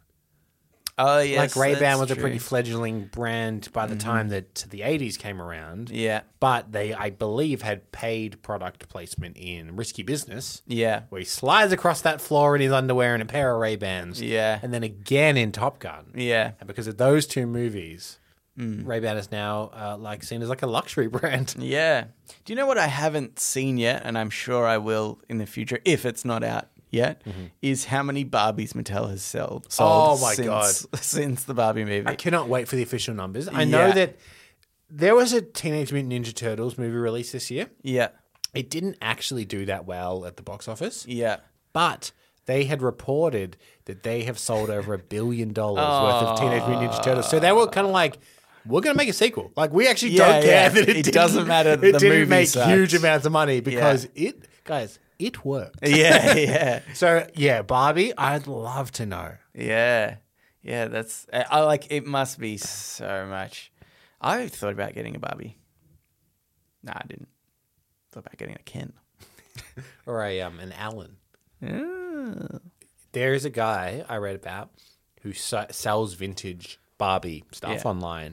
A: Oh yeah,
B: like Ray Ban was a pretty fledgling brand by
A: Mm-hmm.
B: the time that the 80s came around.
A: yeah,
B: but they, I believe, had paid product placement in Risky Business,
A: yeah,
B: where he slides across that floor in his underwear and a pair of Ray Bans.
A: Yeah.
B: And then again in Top Gun.
A: yeah, Mm.
B: And because of those two movies, Ray Ban is now uh, like seen as like a luxury brand.
A: yeah. Do you know what I haven't seen yet, and I'm sure I will in the future if it's not out yet? Is how many Barbies Mattel has sold? sold
B: Mm-hmm. Oh, my
A: since,
B: God.
A: Since the Barbie movie,
B: I cannot wait for the official numbers. I know
A: Yeah.
B: that there was a Teenage Mutant Ninja Turtles movie released this year.
A: yeah,
B: It didn't actually do that well at the box office.
A: yeah,
B: But they had reported that they have sold over a billion dollars worth of Teenage Mutant Ninja Turtles. So they were kind of like, we're going to make a sequel. Like, we actually
A: Yeah,
B: don't care
A: yeah.
B: that it,
A: It
B: didn't-
A: doesn't matter
B: It
A: that the
B: didn't
A: movie
B: make
A: sucks.
B: huge amounts of money because it, guys, it worked.
A: yeah, yeah,
B: So yeah, Barbie, I'd love to know.
A: yeah, yeah. That's I, I like. It must be so much. I thought about getting a Barbie. No, I didn't. Thought about getting a Ken.
B: Or a um, an Alan. Mm.
A: Yeah.
B: There is a guy I read about who s- sells vintage Barbie stuff
A: Yeah.
B: online.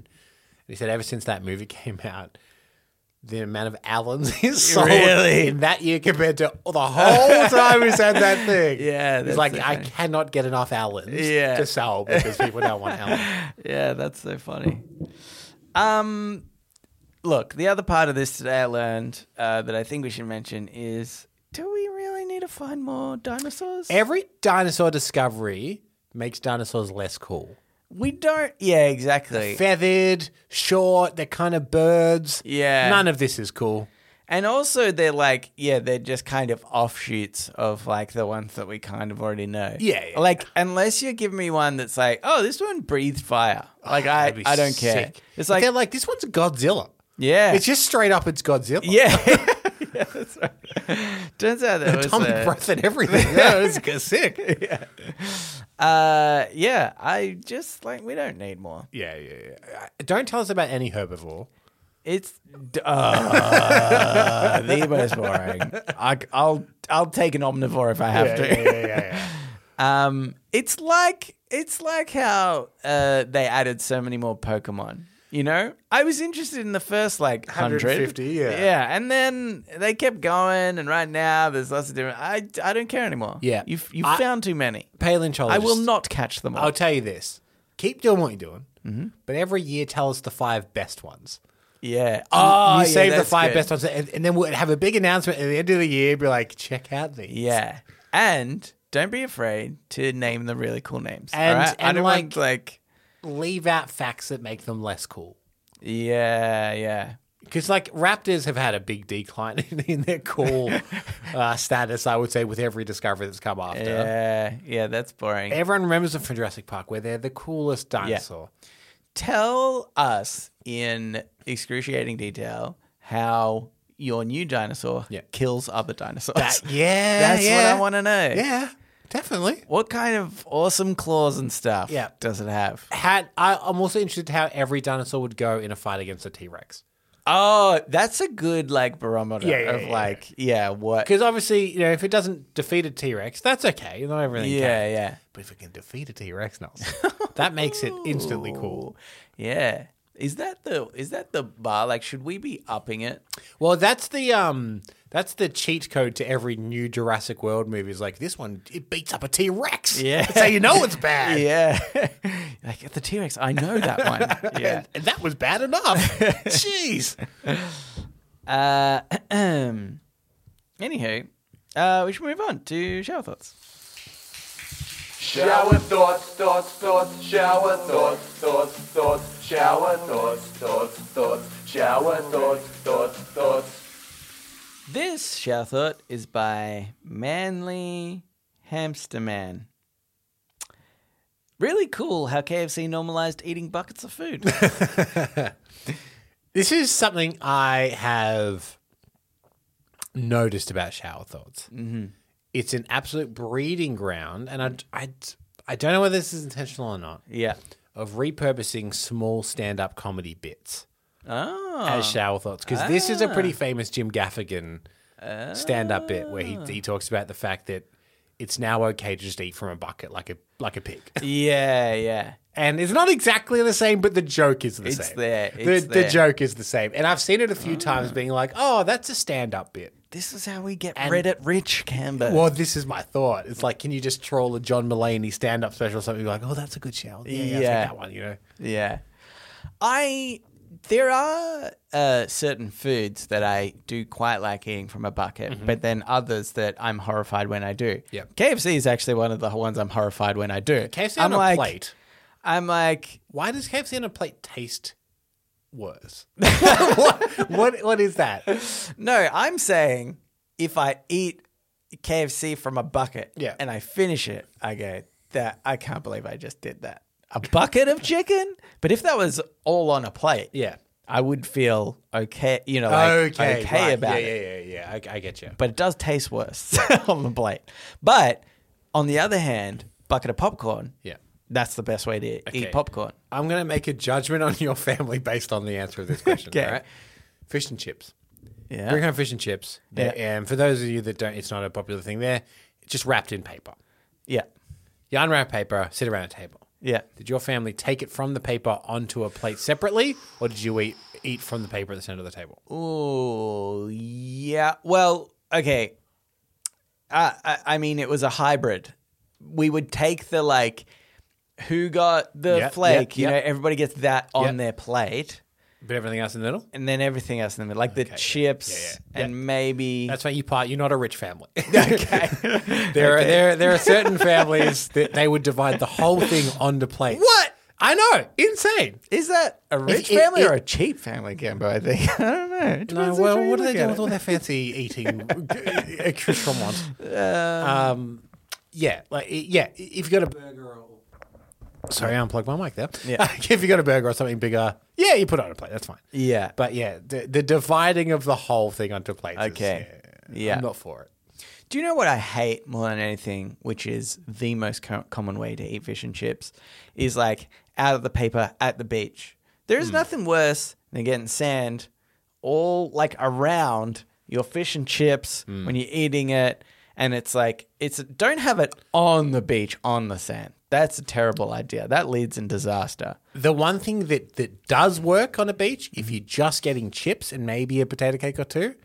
B: And he said ever since that movie came out, the amount of Allens is sold
A: Really?
B: in that year compared to the whole time he's had that thing.
A: Yeah,
B: it's
A: that's
B: like
A: so
B: I
A: funny.
B: cannot get enough Allens
A: Yeah.
B: to sell because people don't want Allens.
A: Yeah, that's so funny. Um, look, the other part of this today I learned uh, that I think we should mention is: Do we really need to find more dinosaurs?
B: Every dinosaur discovery makes dinosaurs less cool.
A: we don't. Yeah, exactly.
B: feathered, short, they're kind of birds.
A: Yeah.
B: None of this is cool.
A: And also, they're like, yeah, they're just kind of offshoots of like the ones that we kind of already know.
B: Yeah, yeah.
A: Like, unless you give me one that's like, oh, this one breathed fire.
B: Oh,
A: Like, I, I don't care. It's like,
B: they're like, this one's a Godzilla.
A: yeah.
B: It's just straight up it's Godzilla.
A: yeah. Yeah, that's right. Turns out that was
B: Atomic
A: uh,
B: breath and everything. yeah, it's g- sick.
A: uh, yeah. I just like we don't need more.
B: Yeah, yeah, yeah. Uh, Don't tell us about any herbivore.
A: It's d- uh, the most boring. I, I'll I'll take an omnivore if I have to. Um, it's like it's like how uh, they added so many more Pokemon. You know, I was interested in the first like 100.
B: 150, yeah.
A: yeah, and then they kept going, and right now there's lots of different. I, I don't care anymore.
B: Yeah.
A: you've you
B: I-
A: have found too many. I
B: Paleontologist.
A: will not catch them all.
B: I'll tell you this. Keep doing what you're doing,
A: Mm-hmm.
B: but every year tell us the five best ones.
A: yeah.
B: you
A: Oh, Ah, yeah,
B: save the
A: that's
B: five
A: good.
B: best ones, and, and then we'll have a big announcement at the end of the year. Be like, check out these.
A: Yeah, and don't be afraid to name the really cool names.
B: And-
A: all right? I
B: and,
A: don't want,
B: like-
A: like
B: leave out facts that make them less cool.
A: yeah, yeah.
B: Because like raptors have had a big decline in, in their cool uh, status, I would say, with every discovery that's come after.
A: Yeah, yeah, that's boring.
B: Everyone remembers them from Jurassic Park, where they're the coolest dinosaur.
A: tell us in excruciating detail how your new dinosaur
B: Yeah.
A: kills other dinosaurs.
B: That- yeah,
A: That's
B: yeah.
A: what I want to know.
B: Yeah, definitely.
A: What kind of awesome claws and stuff
B: Yeah.
A: does it have?
B: Had I, I'm also interested how every dinosaur would go in a fight against a T Rex.
A: Oh, that's a good like barometer
B: Yeah, yeah,
A: of
B: yeah,
A: like, yeah, what?
B: Because obviously, you know, if it doesn't defeat a T Rex, that's okay. Not everything.
A: Yeah,
B: counts.
A: yeah.
B: But if it can defeat a T Rex, that makes it instantly cool.
A: Ooh, Yeah. Is that the is that the bar? Like, should we be upping it?
B: Well, that's the um, that's the cheat code to every new Jurassic World movie. Is like this one, it beats up a T Rex.
A: Yeah.
B: that's how you know it's bad.
A: Yeah. like the T Rex, I know that one. Yeah.
B: And that was bad enough. Jeez.
A: Uh, anywho, uh, we should move on to shower thoughts.
D: Shower thoughts, thoughts, thoughts, shower thoughts, thoughts, thoughts, shower thoughts, thoughts, thoughts, shower thoughts, thoughts, thoughts.
A: This shower thought is by Manly Hamster Man. Really cool how KFC normalized eating buckets of food.
B: This is something I have noticed about shower thoughts. Mm-hmm. It's an absolute breeding ground, and I, I, I don't know whether this is intentional or not.
A: yeah.
B: Of repurposing small stand-up comedy bits.
A: Oh.
B: as shower thoughts because this is a
A: Ah.
B: pretty famous Jim Gaffigan stand-up bit where he, he talks about the fact that it's now okay to just eat from a bucket like a like a pig,
A: Yeah, yeah.
B: and it's not exactly the same, but the joke is the
A: It's
B: same.
A: there,
B: The,
A: it's
B: the
A: there.
B: joke is the same, and I've seen it a few times, being like, "Oh, that's a stand-up bit."
A: This is how we get Reddit rich, Canberra.
B: Well, this is my thought. It's like, can you just troll a John Mulaney stand-up special or something? You're like, oh, that's a good shower. Yeah, yeah, I'll take
A: Yeah.
B: that one. You know,
A: Yeah. I there are uh, certain foods that I do quite like eating from a bucket,
B: Mm-hmm.
A: but then others that I'm horrified when I do.
B: Yep.
A: KFC is actually one of the ones I'm horrified when I do.
B: KFC
A: I'm
B: on a
A: like,
B: plate.
A: I'm like,
B: Why does KFC on a plate taste worse? what, what what is that?
A: no, I'm saying if I eat KFC from a bucket
B: Yeah.
A: and I finish it, I go, that I can't believe I just did that. A bucket of chicken? But if that was all on a plate,
B: Yeah.
A: I would feel okay, you know, like okay,
B: right.
A: about
B: yeah,
A: it.
B: Yeah, yeah, yeah. I, I get you.
A: But it does taste worse on the plate. But on the other hand, bucket of popcorn,
B: Yeah.
A: that's the best way to
B: Okay.
A: eat popcorn.
B: I'm going to make a judgment on your family based on the answer of this question.
A: Okay.
B: All right. Fish and chips.
A: Yeah.
B: Bring home fish and chips.
A: Yeah.
B: And for those of you that don't, it's not a popular thing there. It's just wrapped in paper.
A: Yeah.
B: You unwrap paper, sit around a table.
A: Yeah.
B: Did your family take it from the paper onto a plate separately, or did you eat eat from the paper at the center of the table?
A: Oh yeah. Well, okay. I, I I mean, it was a hybrid. We would take the like, who got the
B: Yep,
A: flake?
B: yep,
A: you
B: yep.
A: know, everybody gets that on
B: Yep.
A: their plate,
B: But everything else in the middle.
A: and then everything else in the middle, like the chips
B: yeah, yeah.
A: and maybe.
B: That's why you part. You're not a rich family.
A: okay.
B: there, are, there, there are certain families that they would divide the whole thing onto plates.
A: What?
B: I know, insane.
A: Is that a rich
B: it-
A: family
B: it-
A: or a cheap family, Gambo? I think I don't know. It
B: No,
A: depends which
B: Uh, well,
A: way
B: what
A: you look
B: are they doing
A: at
B: with all their fancy eating accoutrements? Um, yeah, like it- yeah, i- if you got a burger or sorry, I unplugged my mic there.
A: Yeah.
B: if you got a burger or something bigger, yeah, you put it on a plate. That's fine.
A: it? Yeah,
B: But yeah, the, the dividing of the whole thing onto plates. is-
A: Okay.
B: yeah,
A: Yeah.
B: I'm not for it.
A: Do you know what I hate more than anything, which is the most co- common way to eat fish and chips, is like out of the paper at the beach. There is nothing worse than getting sand all like around your fish and chips when you're eating it, and it's like it's don't have it on the beach on the sand. That's a terrible idea. That leads in disaster.
B: The one thing that that does work on a beach, if you're just getting chips and maybe a potato cake or two,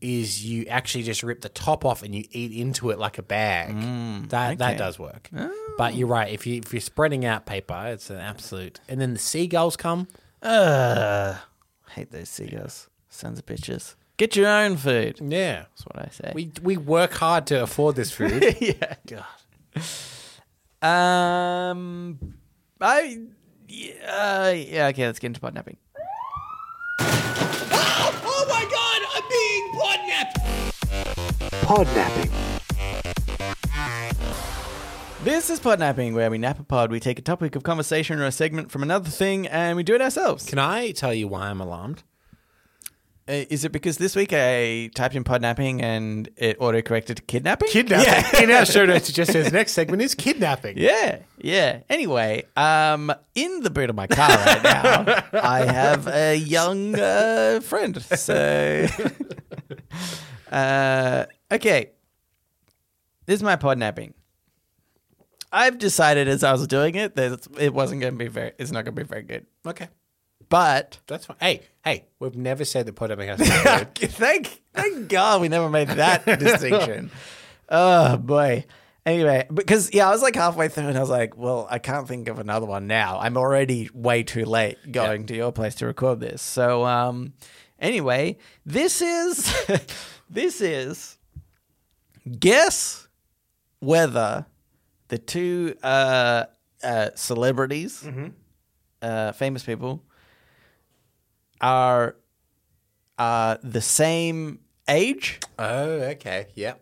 B: is you actually just rip the top off and you eat into it like a bag. that that does work. But you're right. If you if you're spreading out paper, it's an absolute. And then the seagulls come.
A: Hate those seagulls, sons of bitches. Mm. Get your own food. That's
B: Yeah,
A: what I say.
B: we we work hard to afford this food.
A: yeah. God. Um. I. Yeah. uh, yeah. Okay. Let's get into podnapping.
B: oh my god! I'm being podnapped.
E: Podnapping.
A: This is podnapping, where we nap a pod. We take a topic of conversation or a segment from another thing, and we do it ourselves.
B: Can I tell you why I'm alarmed?
A: Uh, is it because this week I typed in podnapping and it autocorrected to kidnapping?
B: Kidnapping. In our show notes, it just says next segment is kidnapping.
A: Yeah, yeah. Anyway, um, in the boot of my car right now, I have a young uh, friend. So, uh, okay, this is my podnapping. I've decided as I was doing it that it's- it wasn't going to be very. It's not going to be very good.
B: Okay.
A: But
B: That's fine. Hey, hey, we've never said that Podemic has to be
A: thank thank God we never made that distinction. Oh boy. Anyway, because yeah, I was like halfway through and I was like, well, I can't think of another one now. I'm already way too late going to your place to record this. So um anyway, this is this is guess whether the two uh uh celebrities uh famous people are are the same age
B: Oh, okay. Yep.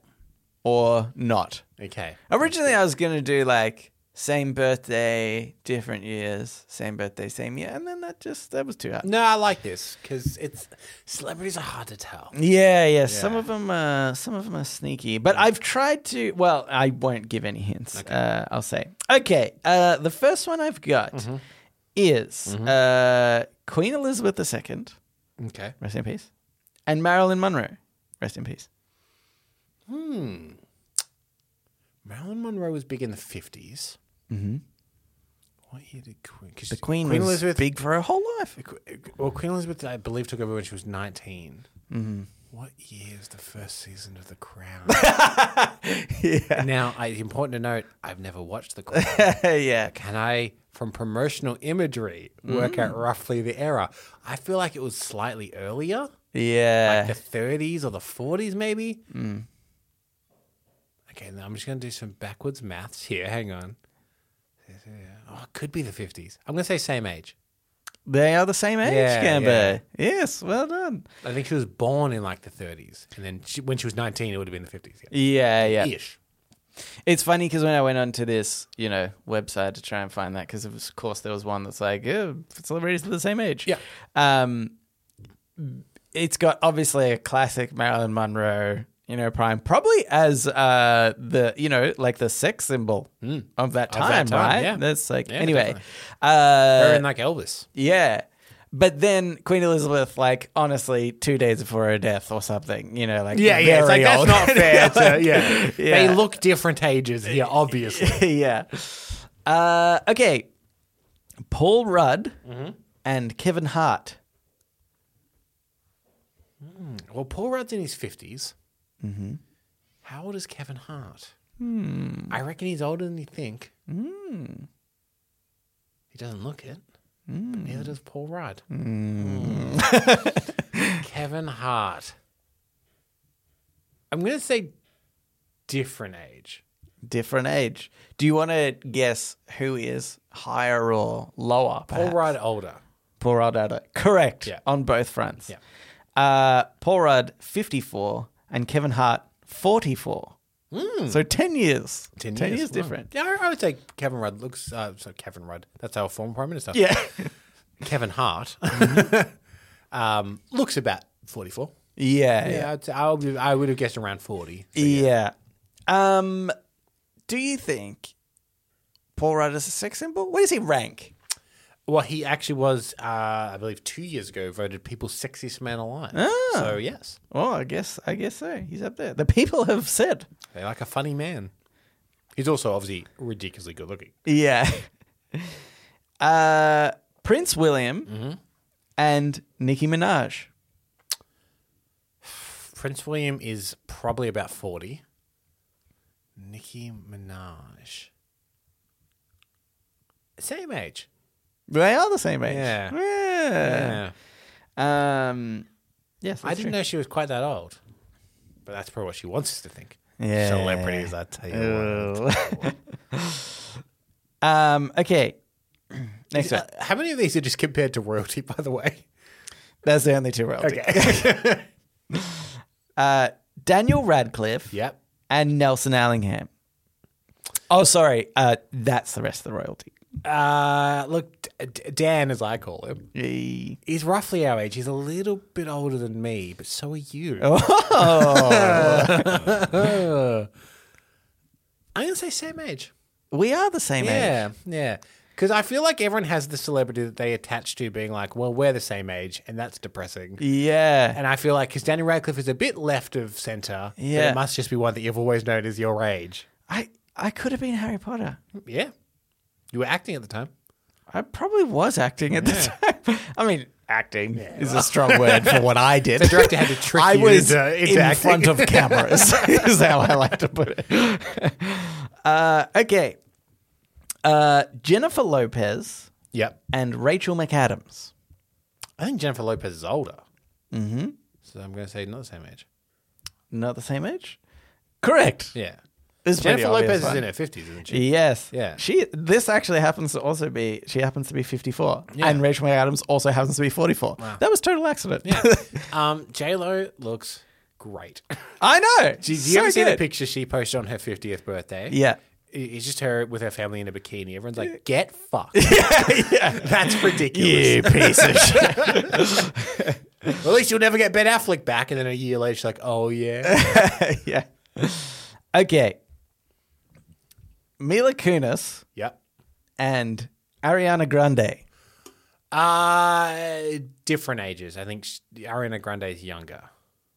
A: or not.
B: Okay.
A: Originally, I was going to do like same birthday, different years, same birthday, same year, and then that just that was too hard.
B: No, I like this because it's celebrities are hard to tell.
A: Yeah, yeah, Some of them, uh, some of them are sneaky, but I've tried to. Well, I won't give any hints. Uh, I'll say okay. Uh, the first one I've got is uh, Queen Elizabeth II,
B: Okay.
A: rest in peace, and Marilyn Monroe, rest in peace.
B: Marilyn Monroe was big in the 50s. Mm-hmm. What year did Queen? 'cause
A: The Queen,
B: Queen
A: was
B: Elizabeth-
A: big for her whole life.
B: Well, Queen Elizabeth, I believe, took over when she was 19. What year is the first season of The Crown? Now, I, important to note, I've never watched The Crown.
A: yeah,
B: Can I, from promotional imagery, work out roughly the era? I feel like it was slightly earlier,
A: yeah.
B: the 30s or the 40s, maybe. Okay, now I'm just going to do some backwards maths here. Hang on. Oh, it could be the 50s. I'm going to say same age.
A: They are the same age,
B: Yeah,
A: Gambay. Yes, well done.
B: I think she was born in like the 30s, and then she, when she was 19, it would have been the 50s. Yeah.
A: Yeah, yeah.
B: Ish.
A: It's funny because when I went onto this, you know, website to try and find that, because of course there was one that's like, yeah, celebrities are the same age.
B: Yeah.
A: Um, it's got obviously a classic Marilyn Monroe, you know, prime, probably as uh the you know like the sex symbol Hmm. of that
B: that
A: time,
B: time,
A: right?
B: yeah.
A: That's like
B: Yeah,
A: anyway.
B: definitely. Her
A: Uh,
B: and like Elvis.
A: yeah. But then Queen Elizabeth, like honestly, two days before her death or something, you know, like
B: It's like
A: very
B: that's
A: old.
B: not fair. to, yeah.
A: Yeah.
B: they look different ages. Yeah, obviously.
A: yeah. Uh, okay. Paul Rudd
B: Mm-hmm.
A: and Kevin Hart.
B: well, Paul Rudd's in his 50s. Mm-hmm. How old is Kevin Hart?
A: Hmm.
B: I reckon he's older than you think. He doesn't look it. But neither does Paul Rudd.
A: Hmm.
B: Hmm. Kevin Hart. I'm going to say different age.
A: Different age. Do you want to guess who is higher or lower?
B: Paul
A: perhaps?
B: Rudd older.
A: Paul Rudd. older. Correct.
B: Yeah.
A: On both fronts.
B: Yeah.
A: Uh, Paul Rudd, 54, and Kevin Hart, 44.
B: Hmm.
A: So 10 years. 10 years,
B: wow.
A: different.
B: Yeah, I, I would say Kevin Rudd looks. Uh, so Kevin Rudd. That's our former prime minister.
A: Yeah. Mm-hmm.
B: Kevin Hart um, looks about forty-four.
A: yeah.
B: Yeah, I'd say, I, would, I would have guessed around forty.
A: Yeah. Um, do you think Paul Rudd is a sex symbol? Where does he rank?
B: Well, he actually was, uh, I believe, two years ago voted people's sexiest man alive.
A: Ah.
B: So yes,
A: Oh, I guess I guess so. He's up there. The people have said.
B: they like a funny man. He's also obviously ridiculously good looking.
A: Yeah. Uh, Prince William
B: Mm-hmm.
A: and Nicki Minaj.
B: Prince William is probably about forty. Nicki Minaj, same age.
A: They are the same age.
B: Yeah.
A: Yeah.
B: yeah.
A: Um. Yes,
B: I
A: that's
B: didn't
A: true.
B: know she was quite that old. But that's probably what she wants us to think.
A: Yeah. Uh,
B: Celebrities, I tell you what.
A: Ooh. um. Okay. Next
B: Uh,
A: one.
B: How many of these are just compared to royalty, by the way?
A: That's the only two royalty.
B: Okay.
A: Uh, Daniel Radcliffe.
B: yep.
A: and Nelson Allingham. Oh, sorry. Uh, that's the rest of the royalty.
B: Uh, look, D- D- Dan, as I call him,
A: Yay.
B: he's roughly our age. He's a little bit older than me, but so are you.
A: Oh.
B: I'm going to say same age.
A: We are the same age.
B: Yeah, yeah. Because I feel like everyone has the celebrity that they attach to being like, well, we're the same age, and that's depressing.
A: Yeah.
B: And I feel like because Daniel Radcliffe is a bit left of center, but
A: Yeah.
B: it must just be one that you've always known as your age.
A: I, I could have been Harry Potter.
B: Yeah. You were acting at the time.
A: I probably was acting at the time. I mean, acting is a strong word for what I did.
B: The director had to trick
A: I
B: you
A: was uh,
B: into, into
A: in
B: acting.
A: front of cameras, is how I like to put it. Uh, okay. Uh, Jennifer Lopez
B: Yep.
A: and Rachel McAdams.
B: I think Jennifer Lopez is older. Mm-hmm. So I'm going to say not the same age.
A: Not the same age? Correct.
B: Yeah.
A: It's pretty
B: Jennifer
A: obvious
B: Lopez
A: one.
B: is in her 50s, isn't she?
A: Yes.
B: Yeah.
A: She. This actually happens to also be. She happens to be fifty-four,
B: Yeah.
A: and Rachel McAdams also happens to be forty-four. That was total accident.
B: Um, J-Lo looks great.
A: I know.
B: Did you
A: So
B: ever see the
A: good.
B: picture she posted on her 50th birthday?
A: Yeah.
B: It- It's just her with her family in a bikini. Everyone's like, get fucked. That's ridiculous.
A: piece of shit.
B: Well, at least you'll never get Ben Affleck back. And then a year later, she's like, oh, yeah.
A: yeah. Okay. Mila Kunis
B: yep.
A: and Ariana Grande.
B: Uh, different ages. I think sh Ariana Grande is younger.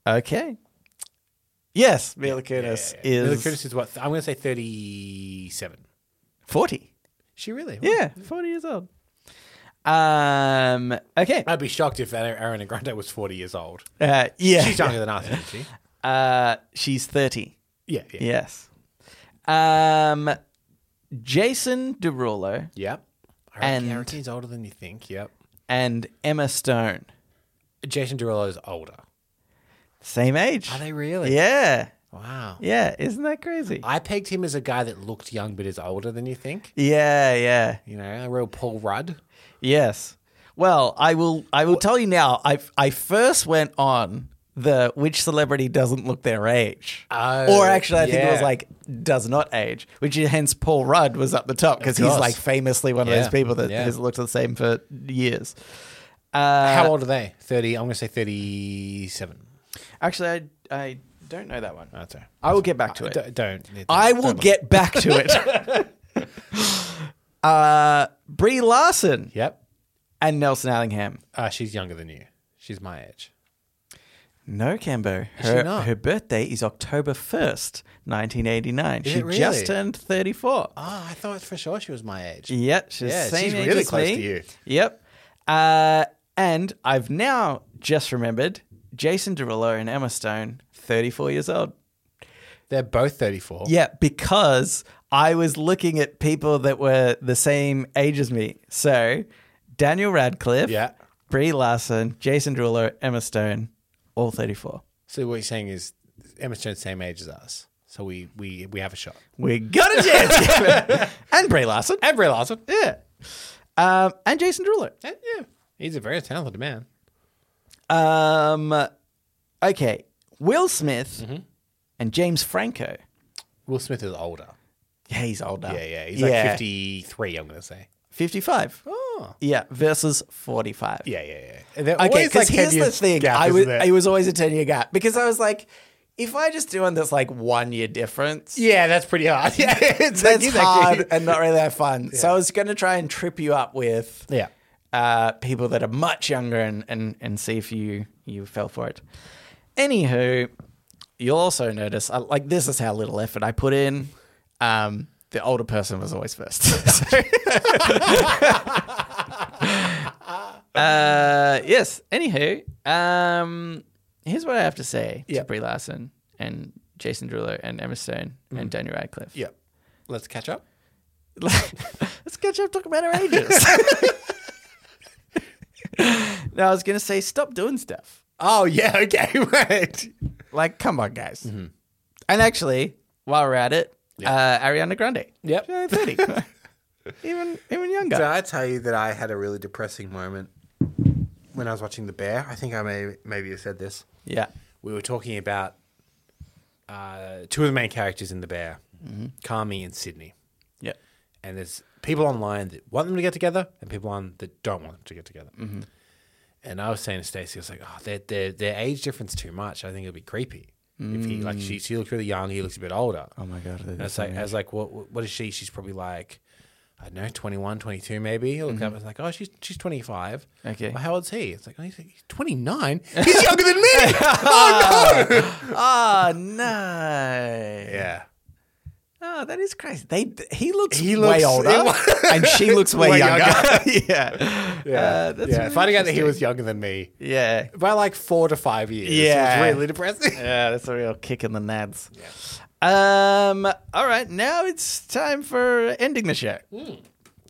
A: Okay. Yes, Mila Kunis is
B: Mila Kunis is what? I'm going to say 37.
A: forty.
B: She really? Wow.
A: Yeah, forty years old. Um. Okay.
B: I'd be shocked if Ari- Ariana Grande was 40 years old.
A: Uh, yeah.
B: She's younger than us, isn't she?
A: Uh, she's 30.
B: Yeah. Yeah.
A: Yes. Um, Jason Derulo
B: Yep. I
A: And-
B: reckon Ariana's older than you think. Yep.
A: and Emma Stone.
B: Jason Derulo is older.
A: Same age.
B: Are they really?
A: Yeah.
B: Wow.
A: Yeah. Isn't that crazy?
B: I pegged him as a guy that looked young but is older than you think.
A: yeah. Yeah.
B: You know, a real Paul Rudd.
A: Yes. Well, I will. I will tell you now. I I first went on the which celebrity doesn't look their age,
B: Oh,
A: or actually, I think it was
B: yeah.
A: like does not age, which is hence Paul Rudd was up the top because he's
B: course.
A: like famously one of
B: Yeah,
A: those people that
B: yeah.
A: has looked the same for years. Uh,
B: How old are they? 30. I'm going to say 37.
A: Actually, I I don't know that one.
B: That's right.
A: I will get back to it.
B: D- don't. it-
A: I will
B: don't look-
A: get back to it. uh, Brie Larson
B: Yep.
A: and Nelson Allingham.
B: Uh, she's younger than you. She's my age.
A: No, Cambo.
B: she
A: Her,
B: not?
A: her birthday is October 1st, 1989.
B: Is
A: she
B: it really?
A: just turned 34.
B: Ah, I thought for sure she was my age.
A: Yep, she's
B: Yeah,
A: the same
B: she's
A: age
B: really
A: as
B: close
A: me.
B: to you.
A: Yep. Uh, and I've now just remembered Jason Derulo and Emma Stone, 34 years old.
B: They're both 34.
A: Yeah, because I was looking at people that were the same age as me. So Daniel Radcliffe,
B: Yeah.
A: Brie Larson, Jason Derulo, Emma Stone, all 34.
B: So what you're saying is Emma Stone's same age as us. So we we we have a shot.
A: We got a chance. and Brie Larson.
B: And Brie Larson.
A: Yeah. Um, and Jason Derulo.
B: Yeah, yeah. He's a very talented man.
A: Um, okay. Will Smith
B: Mm-hmm.
A: and James Franco.
B: Will Smith is older.
A: Yeah, he's older.
B: Yeah, Ah. yeah. He's like 53, I'm going to say.
A: 55.
B: Oh.
A: Yeah, versus 45.
B: Yeah, yeah, yeah. And they're
A: Okay,
B: always,
A: because here's
B: 10
A: the
B: years
A: thing.
B: gap,
A: I was
B: isn't there?
A: it was always a ten year gap because I was like, if I just do one that's like one year difference,
B: Yeah, that's pretty hard. Yeah, it's
A: that's
B: it's
A: hard and not really that fun. So I was going to try and trip you up with
B: Yeah.
A: uh, people that are much younger and, and and see if you you fell for it. Anywho, you'll also notice I, like this is how little effort I put in. Um, the older person was always first. So- uh, yes. Anywho, um, here's what I have to say
B: Yeah.
A: to Brie Larson and Jason Derulo and Emma Stone and Daniel Radcliffe.
B: Yeah. Let's catch up.
A: Let's catch up talking about our ages. no, I was gonna say stop doing stuff.
B: Oh, yeah. Okay. Right.
A: Like, come on, guys.
B: Mm-hmm.
A: And actually, while we're at it, uh, Ariana Grande.
B: Yep.
A: Uh, thirty. even even younger.
B: Did I tell you that I had a really depressing moment when I was watching The Bear? I think I may maybe have said this.
A: Yeah.
B: We were talking about uh, two of the main characters in The Bear, Carmi and Sydney.
A: Yeah.
B: And there's people online that want them to get together and people on that don't want them to get together. And I was saying to Stacey, I was like, oh, their, their, their age difference too much. I think it'd be creepy. If he, like, she, she looks really young, he looks a bit older.
A: Oh my god.
B: And it's like, I was like, what, what is she? She's probably like, I don't know, 21, 22 maybe. I looked up and was like, oh, she's, she's 25.
A: Mm-hmm. Okay.
B: Well, how old's he? It's like, oh, he's, he's 29. He's younger than me. oh, no.
A: oh no.
B: Yeah.
A: Oh, that is crazy. They he looks
B: He
A: way
B: looks-
A: older, and she looks way,
B: Way
A: younger.
B: younger.
A: yeah.
B: Yeah.
A: Uh, that's
B: yeah.
A: really
B: Finding out that he
A: interesting.
B: was younger than me
A: Yeah.
B: by like four to five years.
A: Yeah.
B: It was really depressing.
A: Yeah, that's a real kick in the nads. Um. All right, now it's time for ending the show.
B: Hmm.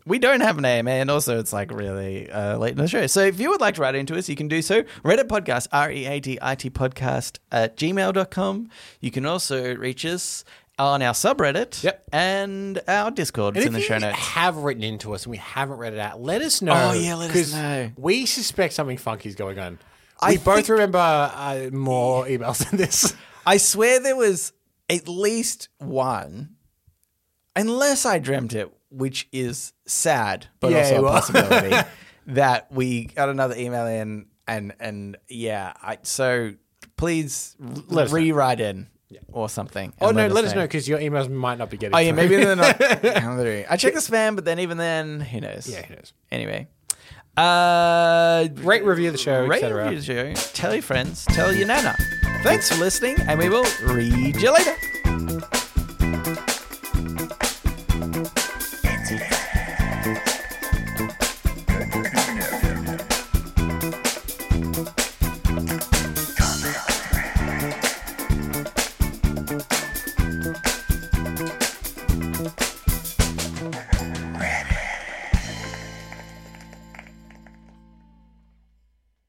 A: We don't have an AMA, and also it's like really uh, late in the show. So if you would like to write into us, you can do so. Reddit podcast, R E A D I T podcast at gmail.com. You can also reach us on our subreddit
B: Yep.
A: and our Discord. It's
B: And
A: in
B: if
A: the
B: you
A: show notes.
B: have written into us and we haven't read it out, let us know.
A: Oh, yeah, let us
B: 'cause
A: know.
B: We suspect something funky's going on.
A: I
B: We both
A: think-
B: remember uh, more emails than this.
A: I swear there was at least one, unless I dreamt it, which is sad, but
B: Yeah,
A: also a
B: well.
A: possibility that we got another email in and and yeah, I so please
B: Let us know.
A: rewrite in or something.
B: Oh
A: and
B: no, let us know because your emails might not be getting.
A: Oh yeah,
B: through.
A: maybe they're not. I check the spam, but then even then, who knows?
B: Yeah, who knows?
A: Anyway. Uh,
B: Rate, review the show,
A: rate
B: etc.
A: review the show. Tell your friends. Tell your nana. Thanks for listening, and we will read you later.